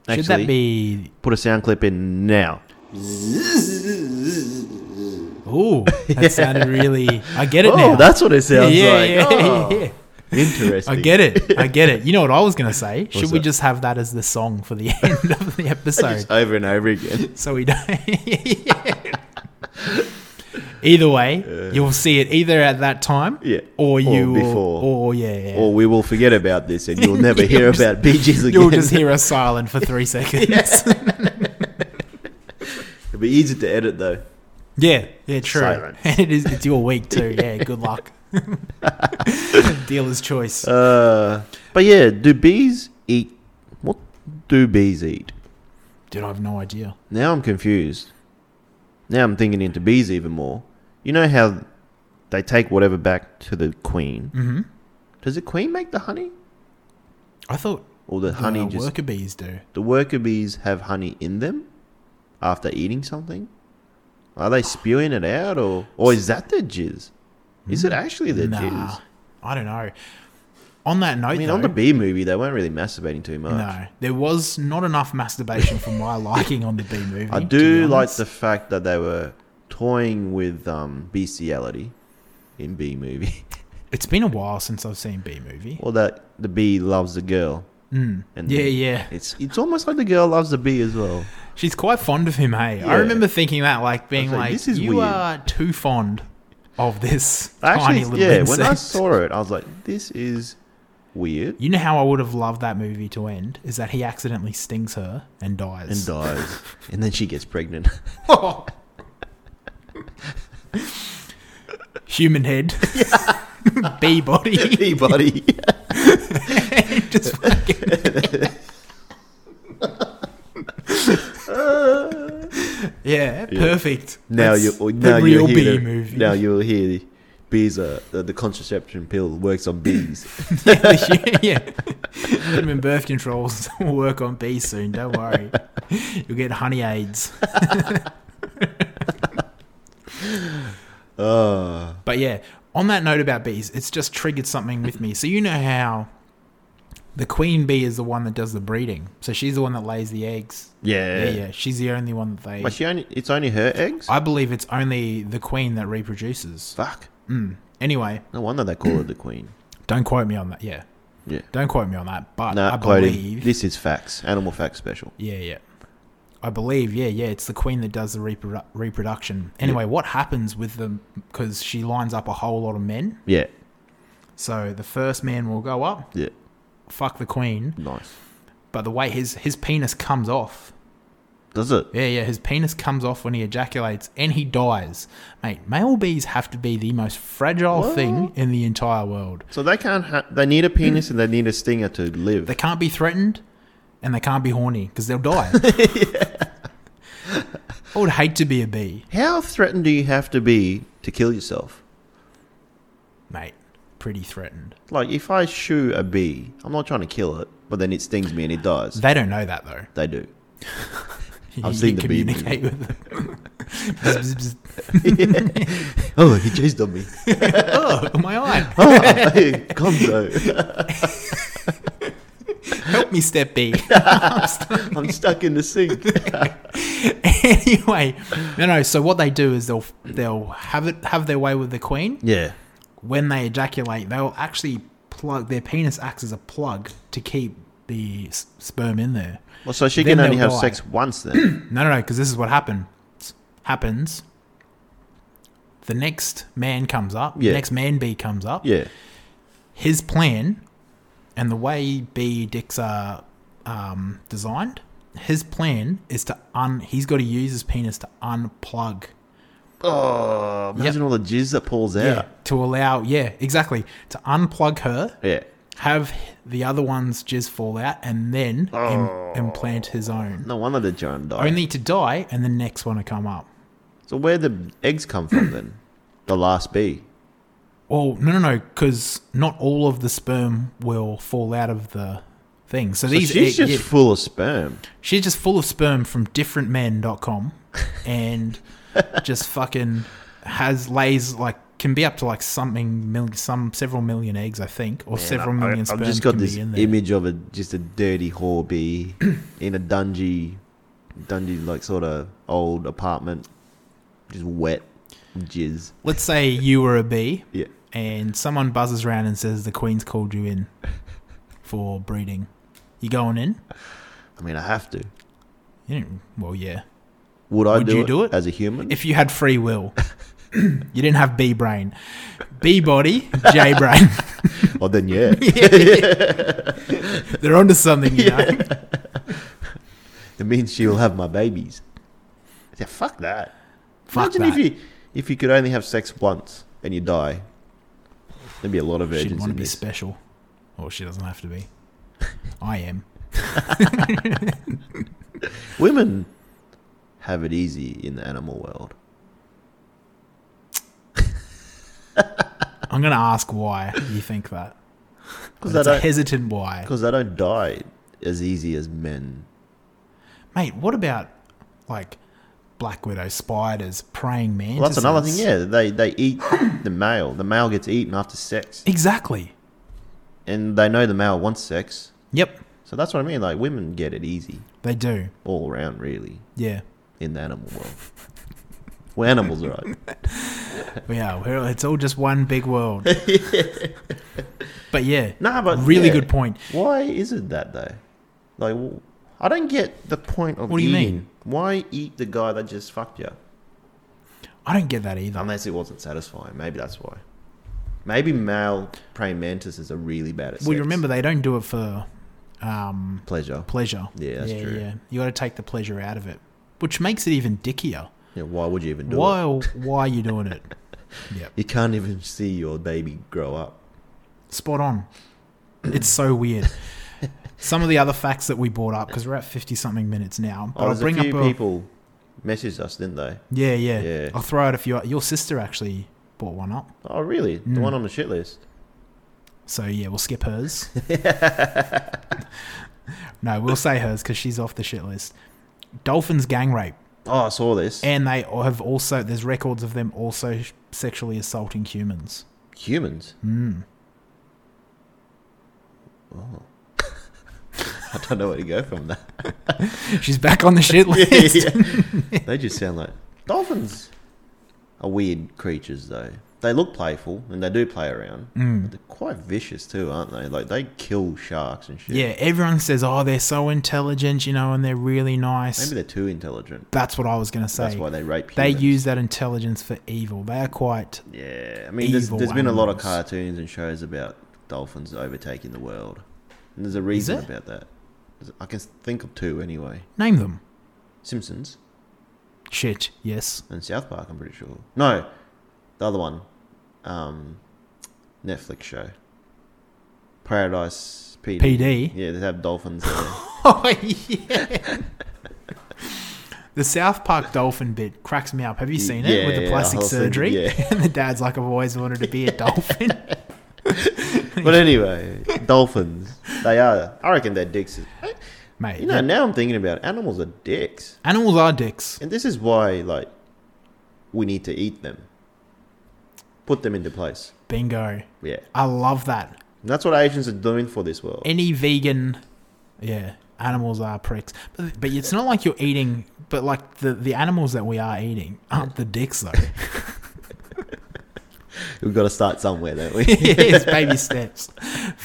C: Should that be?
A: put a sound clip in now.
C: Ooh, that sounded really. I get it
A: Oh,
C: now.
A: that's what it sounds like. Oh,
C: yeah.
A: Interesting.
C: I get it. I get it. You know what I was going to say? Should we
A: that?
C: just have that as the song for the end of the episode?
A: Just over and over again.
C: so we don't. either way, you'll see it either at that time,
A: Yeah.
C: or you,
A: Or
C: will-
A: before.
C: or yeah, yeah.
A: Or we will forget about this and you'll never
C: You'll
A: hear
C: just-
A: about Bee Gees again.
C: you'll just hear us silent for three seconds. yeah.
A: It'll be easy to edit though.
C: yeah, true.
A: Silence.
C: And it is. It's your week too. Yeah, good luck. Dealer's choice.
A: Uh, but yeah, do bees eat? What do bees eat?
C: Dude, I have no idea.
A: Now I'm confused. Now I'm thinking into bees even more. You know how they take whatever back to the queen.
C: Mm-hmm.
A: Does the queen make the honey,
C: I thought
A: or the
C: the
A: honey just
C: worker bees do.
A: the worker bees have honey in them after eating something? Are they spewing it out, or or is that their jizz? Is it actually their jizz?
C: I don't know. On that note,
A: I mean,
C: though,
A: on the bee movie, they weren't really masturbating too much.
C: no, there was not enough masturbation for my liking on the B movie.
A: I
C: to be
A: do like
C: honest.
A: the fact that they were toying with um, bestiality in B movie,
C: It's been a while since I've seen B movie.
A: or that the bee loves the girl.
C: Mm.
A: And
C: Yeah,
A: the-
C: yeah,
A: It's it's almost like the girl loves the bee as well.
C: she's quite fond of him. Hey, I
A: Yeah.
C: remember thinking that, like being
A: like,
C: like,
A: this is
C: you
A: weird."
C: are too fond of this
A: Actually,
C: tiny little
A: yeah.
C: insect.
A: When I saw it, I was like, this is weird.
C: you know how I would have loved that movie to end is that he accidentally stings her and dies.
A: And dies, and then she gets pregnant.
C: Human head, bee body,
A: Hey, buddy.
C: just fucking- yeah, perfect.
A: Now
C: That's
A: you
C: the
A: now
C: real
A: you'll
C: bee
A: hear the-
C: movie.
A: now you'll hear bees are uh, the, the contraception pill works on bees.
C: yeah, the- yeah. Put 'em in birth controls. we'll work on bees soon. Don't worry, you'll get honey aids.
A: Uh,
C: But yeah, on that note about bees, it's just triggered something with me. So you know how the queen bee is the one that does the breeding. So she's the one that lays the eggs.
A: yeah.
C: Yeah, yeah. She's the only one that they.
A: But she only it's only her eggs.
C: I believe it's only the queen that reproduces.
A: Fuck.
C: Mm. Anyway,
A: No wonder they call her the queen.
C: don't quote me on that. Yeah,
A: Yeah.
C: don't quote me on that. But
A: No,
C: I
A: quoting.
C: believe.
A: This is facts. Animal facts special.
C: Yeah, yeah. I believe, yeah, yeah. It's the queen that does the reprodu- reproduction. Anyway, what happens with them? Because she lines up a whole lot of men.
A: Yeah.
C: So the first man will go up,
A: Yeah.
C: fuck the queen.
A: Nice.
C: But the way his his penis comes off.
A: Does it?
C: Yeah, yeah, his penis comes off when he ejaculates and he dies. Mate, male bees have to be the most fragile thing in the entire world.
A: So they can't. Ha- they need a penis and they need a stinger to live.
C: They can't be threatened and they can't be horny because they'll die. I would hate to be a bee,
A: How threatened do you have to be to kill yourself?
C: mate. pretty threatened.
A: Like if I shoo a bee, I'm not trying to kill it, but then it stings me and it dies.
C: They don't know that though.
A: They do.
C: You,
A: I've seen
C: you
A: the bee
C: communicate with them. Bzz, bzz, bzz.
A: oh, he chased on me.
C: oh, my eye!
A: Ah, Gonzo,
C: Help me, step B.
A: I'm stuck in the sink.
C: anyway, no, no. So what they do is they'll they'll have it have their way with the queen.
A: Yeah.
C: When they ejaculate, they'll actually plug their penis acts as a plug to keep the s- sperm in there.
A: Well, so she
C: Then
A: can only
C: they'll
A: have
C: die.
A: sex once then.
C: No, no, no, because this is what happened. Happens. The next man comes up.
A: Yeah.
C: The next man bee comes up.
A: yeah.
C: His plan and the way bee dicks are um, designed, his plan is to un. He's got to use his penis to unplug.
A: Oh, imagine all the jizz that pulls out.
C: To allow, yeah, exactly. To unplug her,
A: Yeah.
C: have the other one's jizz fall out, and then im- implant his own.
A: Oh. No wonder the giant died.
C: Only to die and the next one to come up.
A: so where the eggs come from then? The last bee.
C: Well, no, no, no, because not all of the sperm will fall out of the thing. So,
A: So
C: these
A: she's
C: egg-
A: just
C: yeah,
A: full of sperm.
C: she's just full of sperm from differentmen.com and just fucking has lays like can be up to like something mil- some several million eggs, I think, or several
A: I,
C: million
A: have
C: sperm
A: just got
C: can
A: this
C: be in there.
A: image of a just a dirty whore bee in a dungy, dungy like sort of old apartment, just wet, jizz.
C: Let's say you were a bee
A: Yeah.
C: and someone buzzes around and says the queen's called you in for breeding. You going in?
A: I mean, I have to.
C: You don't, well, yeah.
A: Would I
C: Would
A: do,
C: you
A: it
C: do it?
A: as a human?
C: if you had free will. you didn't have B brain. B body, J brain.
A: oh, then yeah.
C: They're onto something, you know.
A: It means she will have my babies. Yeah, fuck that.
C: Fuck
A: Imagine if
C: that.
A: you if you could only have sex once and you die. There'd be a lot of
C: She'd
A: virgins
C: want to
A: in
C: be
A: this.
C: special. Or she doesn't have to be. I am.
A: Women have it easy in the animal world.
C: I'm going to ask why you think that.
A: Because
C: It's
A: they
C: a
A: don't
C: hesitant why.
A: because they don't die as easy as men.
C: Mate, what about like black widow spiders, praying mantises?
A: Well, that's another thing. Yeah, they they eat the male. The male gets eaten after sex,
C: Exactly.
A: and they know the male wants sex.
C: Yep,
A: So that's what I mean. Like women get it easy
C: they do.
A: all around, really,
C: Yeah.
A: in the animal world. We're animals, right?
C: Yeah, we're, it's all just one big world. but yeah,
A: Nah, but
C: really
A: yeah.
C: good point.
A: Why is it that though? Like, w- I don't get the point of
C: What do you
A: eating.
C: mean?
A: Why eat the guy that just fucked you?
C: I don't get that either.
A: Unless it wasn't satisfying. Maybe that's why. Maybe male praying mantises are really bad at sex.
C: Well, you remember they don't do it for um,
A: pleasure.
C: pleasure.
A: Yeah, that's true.
C: You got to take the pleasure out of it, which makes it even dickier.
A: Yeah, why would you even do
C: Why?
A: it?
C: Why are you doing it? yep.
A: You can't even see your baby grow up.
C: Spot on. It's so weird. Some of the other facts that we brought up because we're at fifty something minutes now. But
A: Oh,
C: I'll
A: there's a
C: bring up
A: few
C: a,
A: people messaged us, didn't they?
C: Yeah, yeah,
A: Yeah.
C: I'll throw out a few. Your sister actually bought one up.
A: Oh, really? The
C: Mm.
A: one on the shit list.
C: So yeah, we'll skip hers. no, we'll say hers because she's off the shit list. Dolphins gang rape,
A: Oh, I saw this.
C: and they have also there's records of them also sexually assaulting humans.
A: Humans.
C: Mm.
A: Oh. I don't know where to go from that.
C: She's back on the shit
A: Yeah,
C: list.
A: yeah. they just sound like dolphins are weird creatures, though. They look playful and they do play around. But
C: Mm.
A: they're quite vicious too, aren't they? Like they kill sharks and shit.
C: Yeah, everyone says, "Oh, they're so intelligent," you know, and they're really nice.
A: Maybe they're too intelligent.
C: That's what I was gonna say.
A: That's why they rape
C: they
A: humans.
C: use that intelligence for evil. They are quite
A: Yeah, I mean, there's,
C: evil
A: there's been a lot of
C: animals.
A: cartoons and shows about dolphins overtaking the world, and there's a reason
C: there?
A: about that. There's- I can think of two anyway:
C: name them
A: Simpsons
C: shit. Yes,
A: and South Park. I'm pretty sure. No, the other one, um, Netflix show, Paradise PD.
C: PD.
A: Yeah, they have dolphins. There.
C: Oh yeah. the South Park dolphin bit cracks me up. Have you seen it
A: Yeah,
C: with the
A: yeah,
C: plastic
A: I've seen it,
C: surgery?
A: yeah.
C: and the dad's like, I've always wanted to be a dolphin.
A: But anyway, dolphins. They are. I reckon they're dicks.
C: Mate,
A: You know, now I'm thinking about it, animals are dicks,
C: animals are dicks.
A: and this is why like we need to eat them, put them into place.
C: Bingo.
A: Yeah,
C: I love that.
A: and that's what Asians are doing for this world.
C: Any vegan, yeah, animals are pricks. But, but it's not like you're eating, but like the, the animals that we are eating aren't the dicks though.
A: We've got to start somewhere, don't we?
C: yes, baby steps.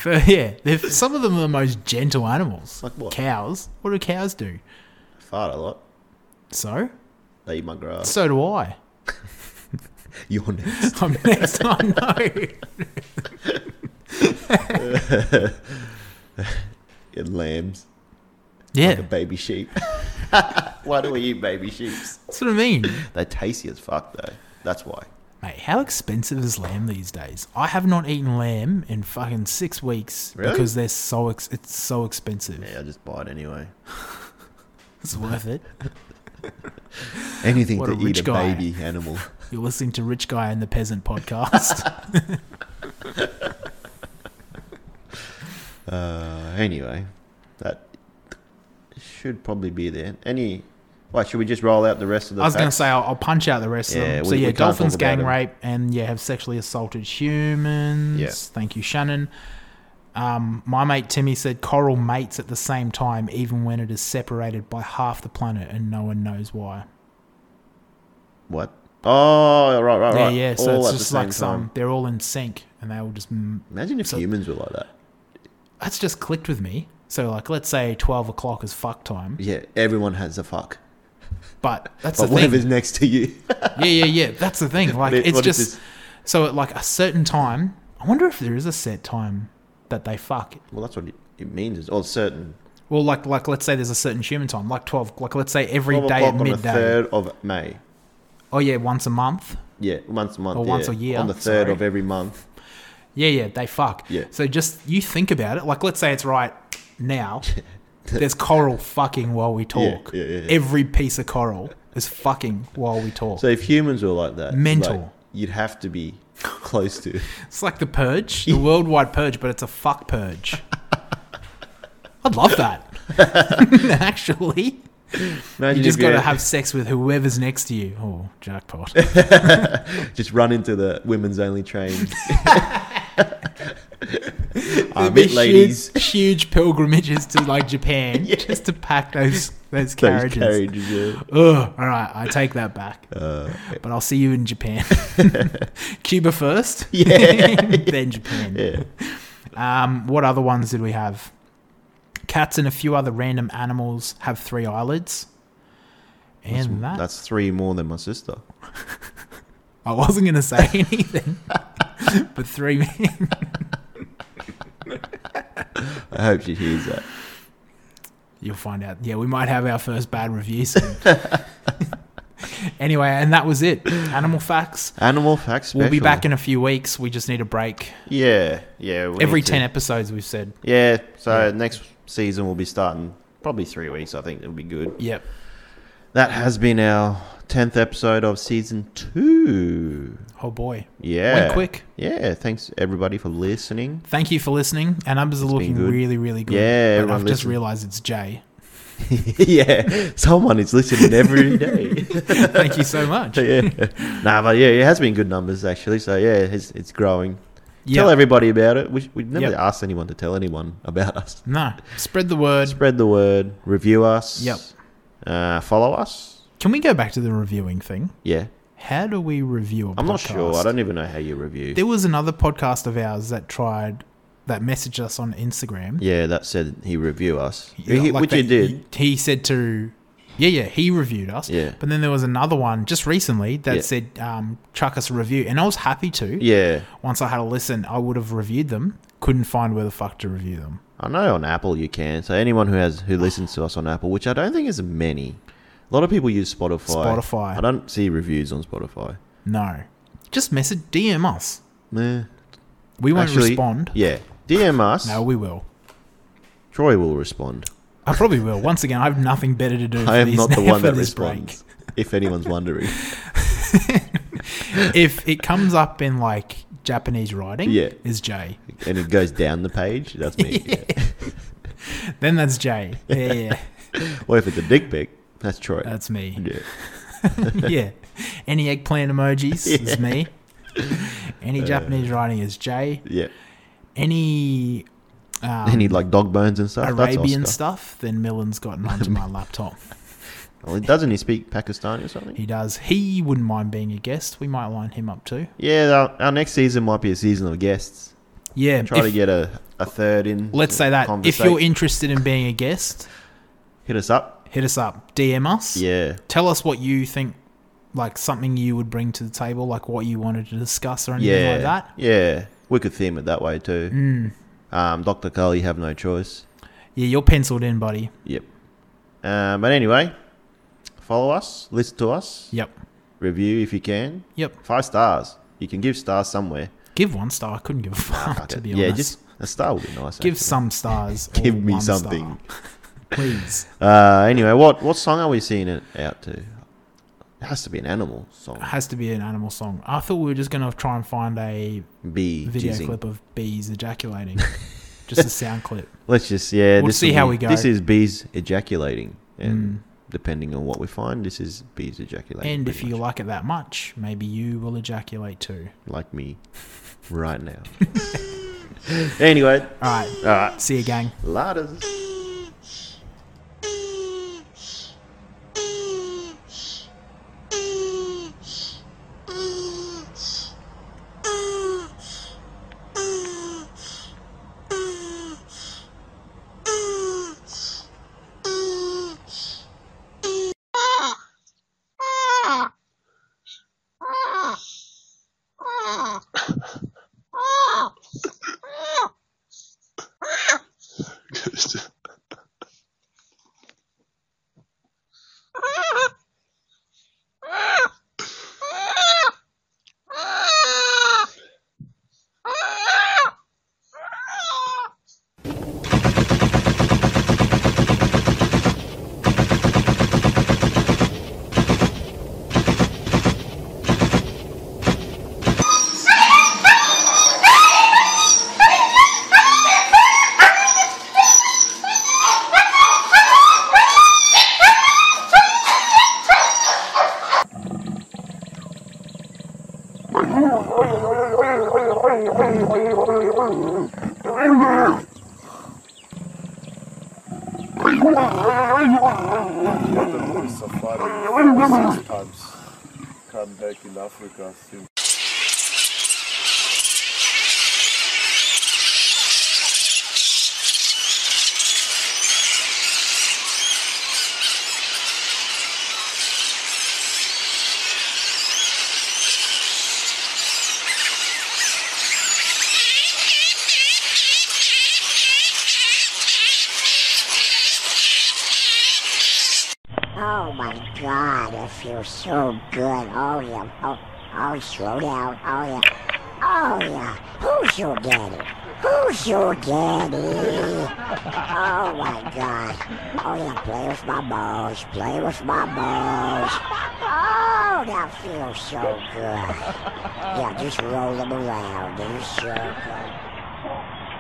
C: But yeah, they're, some of them are the most gentle animals.
A: Like what?
C: Cows. What do cows do?
A: Fart a lot.
C: So?
A: They eat my grass.
C: So do I.
A: You're next.
C: I'm next. I know.
A: And lambs. Like a
C: Yeah,
A: baby sheep. why do we eat baby sheep?
C: that's what I mean.
A: They're tasty as fuck, though. That's why.
C: Mate, how expensive is lamb these days? I have not eaten lamb in fucking six weeks
A: Really?
C: because they're so ex- it's so expensive.
A: Yeah, I just buy it anyway.
C: It's worth it.
A: Anything
C: What
A: to
C: a
A: eat
C: rich
A: a
C: guy.
A: baby animal.
C: You're listening to Rich Guy and the Peasant podcast.
A: Uh, anyway, that should probably be there. Any? Why should we just roll out the rest of the?
C: I was going to
A: facts?
C: say I'll, I'll punch out the rest of
A: Yeah,
C: them.
A: we-
C: so
A: we
C: yeah,
A: can't talk
C: dolphins
A: about
C: gang
A: them.
C: rape and yeah have sexually assaulted humans.
A: Yeah.
C: Thank you, Shannon. Um, my mate Timmy said coral mates at the same time, even when it is separated by half the planet and no one knows why.
A: what? Oh, right, right,
C: Yeah,
A: right.
C: yeah. So
A: All at
C: it's
A: the
C: just
A: same
C: like some.
A: time.
C: They're all in sync, and they all just. m-
A: Imagine if
C: so-
A: humans were like that.
C: That's just clicked with me. So like, let's say twelve o'clock is fuck time,
A: Yeah, everyone has a fuck,
C: but that's
A: but
C: the
A: whatever's
C: thing.
A: next to you?
C: Yeah, yeah, yeah. That's the thing. Like,
A: What i-
C: it's
A: what is
C: just
A: this?
C: so at like a certain time. I wonder if there is a set time that they fuck.
A: well, that's what it, it means. It's all certain.
C: Well, like like let's say there's a certain human time, like twelve. Like let's say every day
A: 12
C: at
A: o'clock on the
C: midday.
A: third of May.
C: Oh yeah, once a month.
A: Yeah, once a month.
C: Or once
A: yeah.
C: a year,
A: On the third
C: sorry.
A: of every month.
C: Yeah, yeah, they fuck.
A: Yeah.
C: So just you think about it. Like, let's say it's right now. There's coral fucking while we talk.
A: yeah, yeah, yeah.
C: Every piece of coral is fucking while we talk.
A: So if humans were like that,
C: Mental.
A: like, you'd have to be close to.
C: it's like the purge, the worldwide purge, but it's a fuck purge. I'd love that. Actually,
A: Imagine
C: you
A: if
C: just got
A: you
C: to have sex with whoever's next to you. Oh, jackpot.
A: just run into the women's only train. I'm
C: There'd
A: it,
C: be
A: ladies.
C: Huge, huge pilgrimages to like Japan
A: Yeah.
C: just to pack those
A: Those
C: those carriages.
A: carriages. yeah.
C: Ugh, all right, I take that back.
A: Uh,
C: But I'll see you in Japan. Cuba first,
A: Yeah.
C: then Japan.
A: yeah.
C: Um, what other ones did we have? Cats and a few other random animals have three eyelids. And that,
A: That's three more than my sister.
C: I wasn't going to say anything, but three.
A: I hope she hears that.
C: You'll find out. Yeah, we might have our first bad review soon. anyway, and that was it. Animal facts.
A: Animal facts. Special.
C: We'll be back in a few weeks. We just need a break.
A: Yeah, yeah. we
C: Every
A: need to-
C: ten episodes, we've said.
A: Yeah. So next season we'll be starting probably three weeks. I think it'll be good.
C: Yep.
A: That has been our tenth episode of season two.
C: Oh boy.
A: Yeah.
C: Went quick.
A: Yeah. Thanks everybody for listening.
C: Thank you for listening. Our numbers are looking
A: good.
C: really, really good.
A: Yeah,
C: but I've
A: everyone
C: just
A: listen.
C: realised it's Jay.
A: yeah. Someone is listening every day.
C: Thank you so much.
A: yeah. Nah, but yeah, it has been good numbers actually. So yeah, it's it's growing.
C: Yeah.
A: Tell everybody about it. We we never
C: Yep.
A: asked anyone to tell anyone about us.
C: No, spread the word.
A: Spread the word. Review us.
C: Yep.
A: Uh, follow us.
C: Can we go back to the reviewing thing?
A: Yeah.
C: How do we review a podcast?
A: I'm not sure. I don't even know how you review.
C: There was another podcast of ours that tried that messaged us on Instagram.
A: Yeah, that said he review us,
C: Yeah,
A: He-
C: like
A: which you
C: that-
A: did.
C: He said to, yeah, yeah, he reviewed us.
A: Yeah.
C: But then there was another one just recently that
A: Yeah.
C: said, um, chuck us a review. And I was happy to.
A: yeah,
C: Once I had a listen, I would have reviewed them. Couldn't find where the fuck to review them.
A: I know on Apple you can. So anyone who has who listens to us on Apple, which I don't think is many, a lot of people use Spotify.
C: Spotify.
A: I don't see reviews on Spotify.
C: No. Just message, DM us.
A: Nah.
C: We won't
A: Actually,
C: respond.
A: Yeah, DM us.
C: No, we will.
A: Troy will respond.
C: I probably will. Once again, I have nothing better to do.
A: I
C: for
A: am
C: these,
A: not the
C: now
A: one
C: for
A: that
C: this break.
A: responds. if anyone's wondering,
C: If it comes up in like Japanese writing
A: Yeah.
C: is J.
A: and it goes down the page. That's me. yeah.
C: Then that's J. Yeah, yeah, yeah.
A: Or if it's a dick pic, that's Troy.
C: that's me.
A: yeah.
C: yeah. Any eggplant emojis is me.
A: Uh,
C: Any Japanese writing is J.
A: yeah.
C: Any um,
A: Any like dog bones and stuff.
C: Arabian
A: that's Oscar.
C: stuff, then Millen's gotten onto my laptop.
A: Well, doesn't he speak Pakistani or something?
C: He does. He wouldn't mind being a guest. We might line him up too.
A: Yeah, our, our next season might be a season of guests.
C: Yeah.
A: Try
C: if-
A: to get a, a third in.
C: let's say that. If
A: conversation.
C: you're interested in being a guest,
A: hit us up.
C: hit us up. DM us.
A: Yeah,
C: Tell us what you think, like something you would bring to the table, like what you wanted to discuss or anything
A: yeah,
C: like that. Hmm.
A: yeah. We could theme it that way too. Um, Doctor Carl, you have no choice.
C: Yeah, you're penciled in, buddy.
A: Yep. Um, but anyway, follow us, listen to us,
C: Yep.
A: review if you can.
C: Yep.
A: Five stars. You can give stars somewhere.
C: Give one star. I couldn't give a fuck, Ah, to be
A: yeah,
C: honest.
A: just a star would be nice. actually.
C: give some stars. or
A: Give me
C: one star,
A: something.
C: please.
A: Uh, anyway, what what song are we seeing it out to? It has to be an animal song.
C: It has to be an animal song. I thought we were just going to try and find a
A: B
C: video
A: jizzing.
C: clip of bees ejaculating. just a sound clip.
A: Let's just yeah.
C: We'll
A: this
C: see
A: will
C: how
A: be-
C: we go. Hmm.
A: This is bees ejaculating, and depending on what we find, this is bees ejaculating.
C: And
A: pretty
C: if you
A: much.
C: like it that much, maybe you will ejaculate too.
A: like me, right now. anyway,
C: All right.
A: all right,
C: See you, gang.
A: laters.
D: safari six times. Come back in Africa. See
E: Oh my god, it feels so good. Oh yeah, oh, oh, slow down. Oh yeah, oh yeah. Who's your daddy? Who's your daddy? Oh my god. Oh yeah, play with my balls, play with my balls. Oh, that feels so good. Yeah, just roll them around in a circle.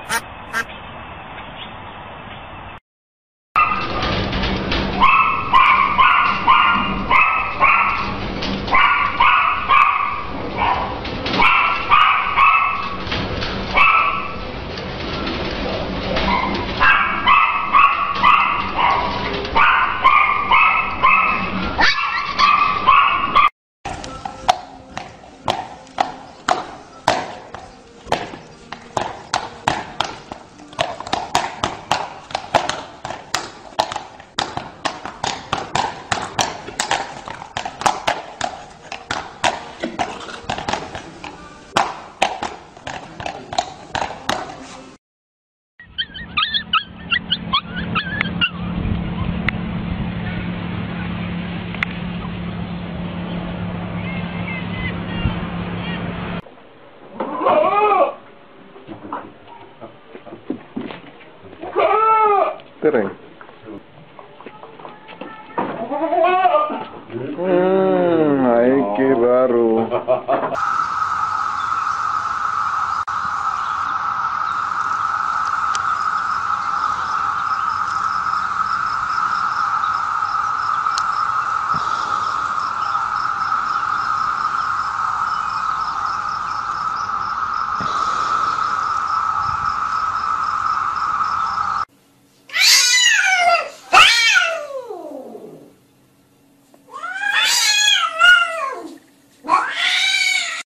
D: Sitting.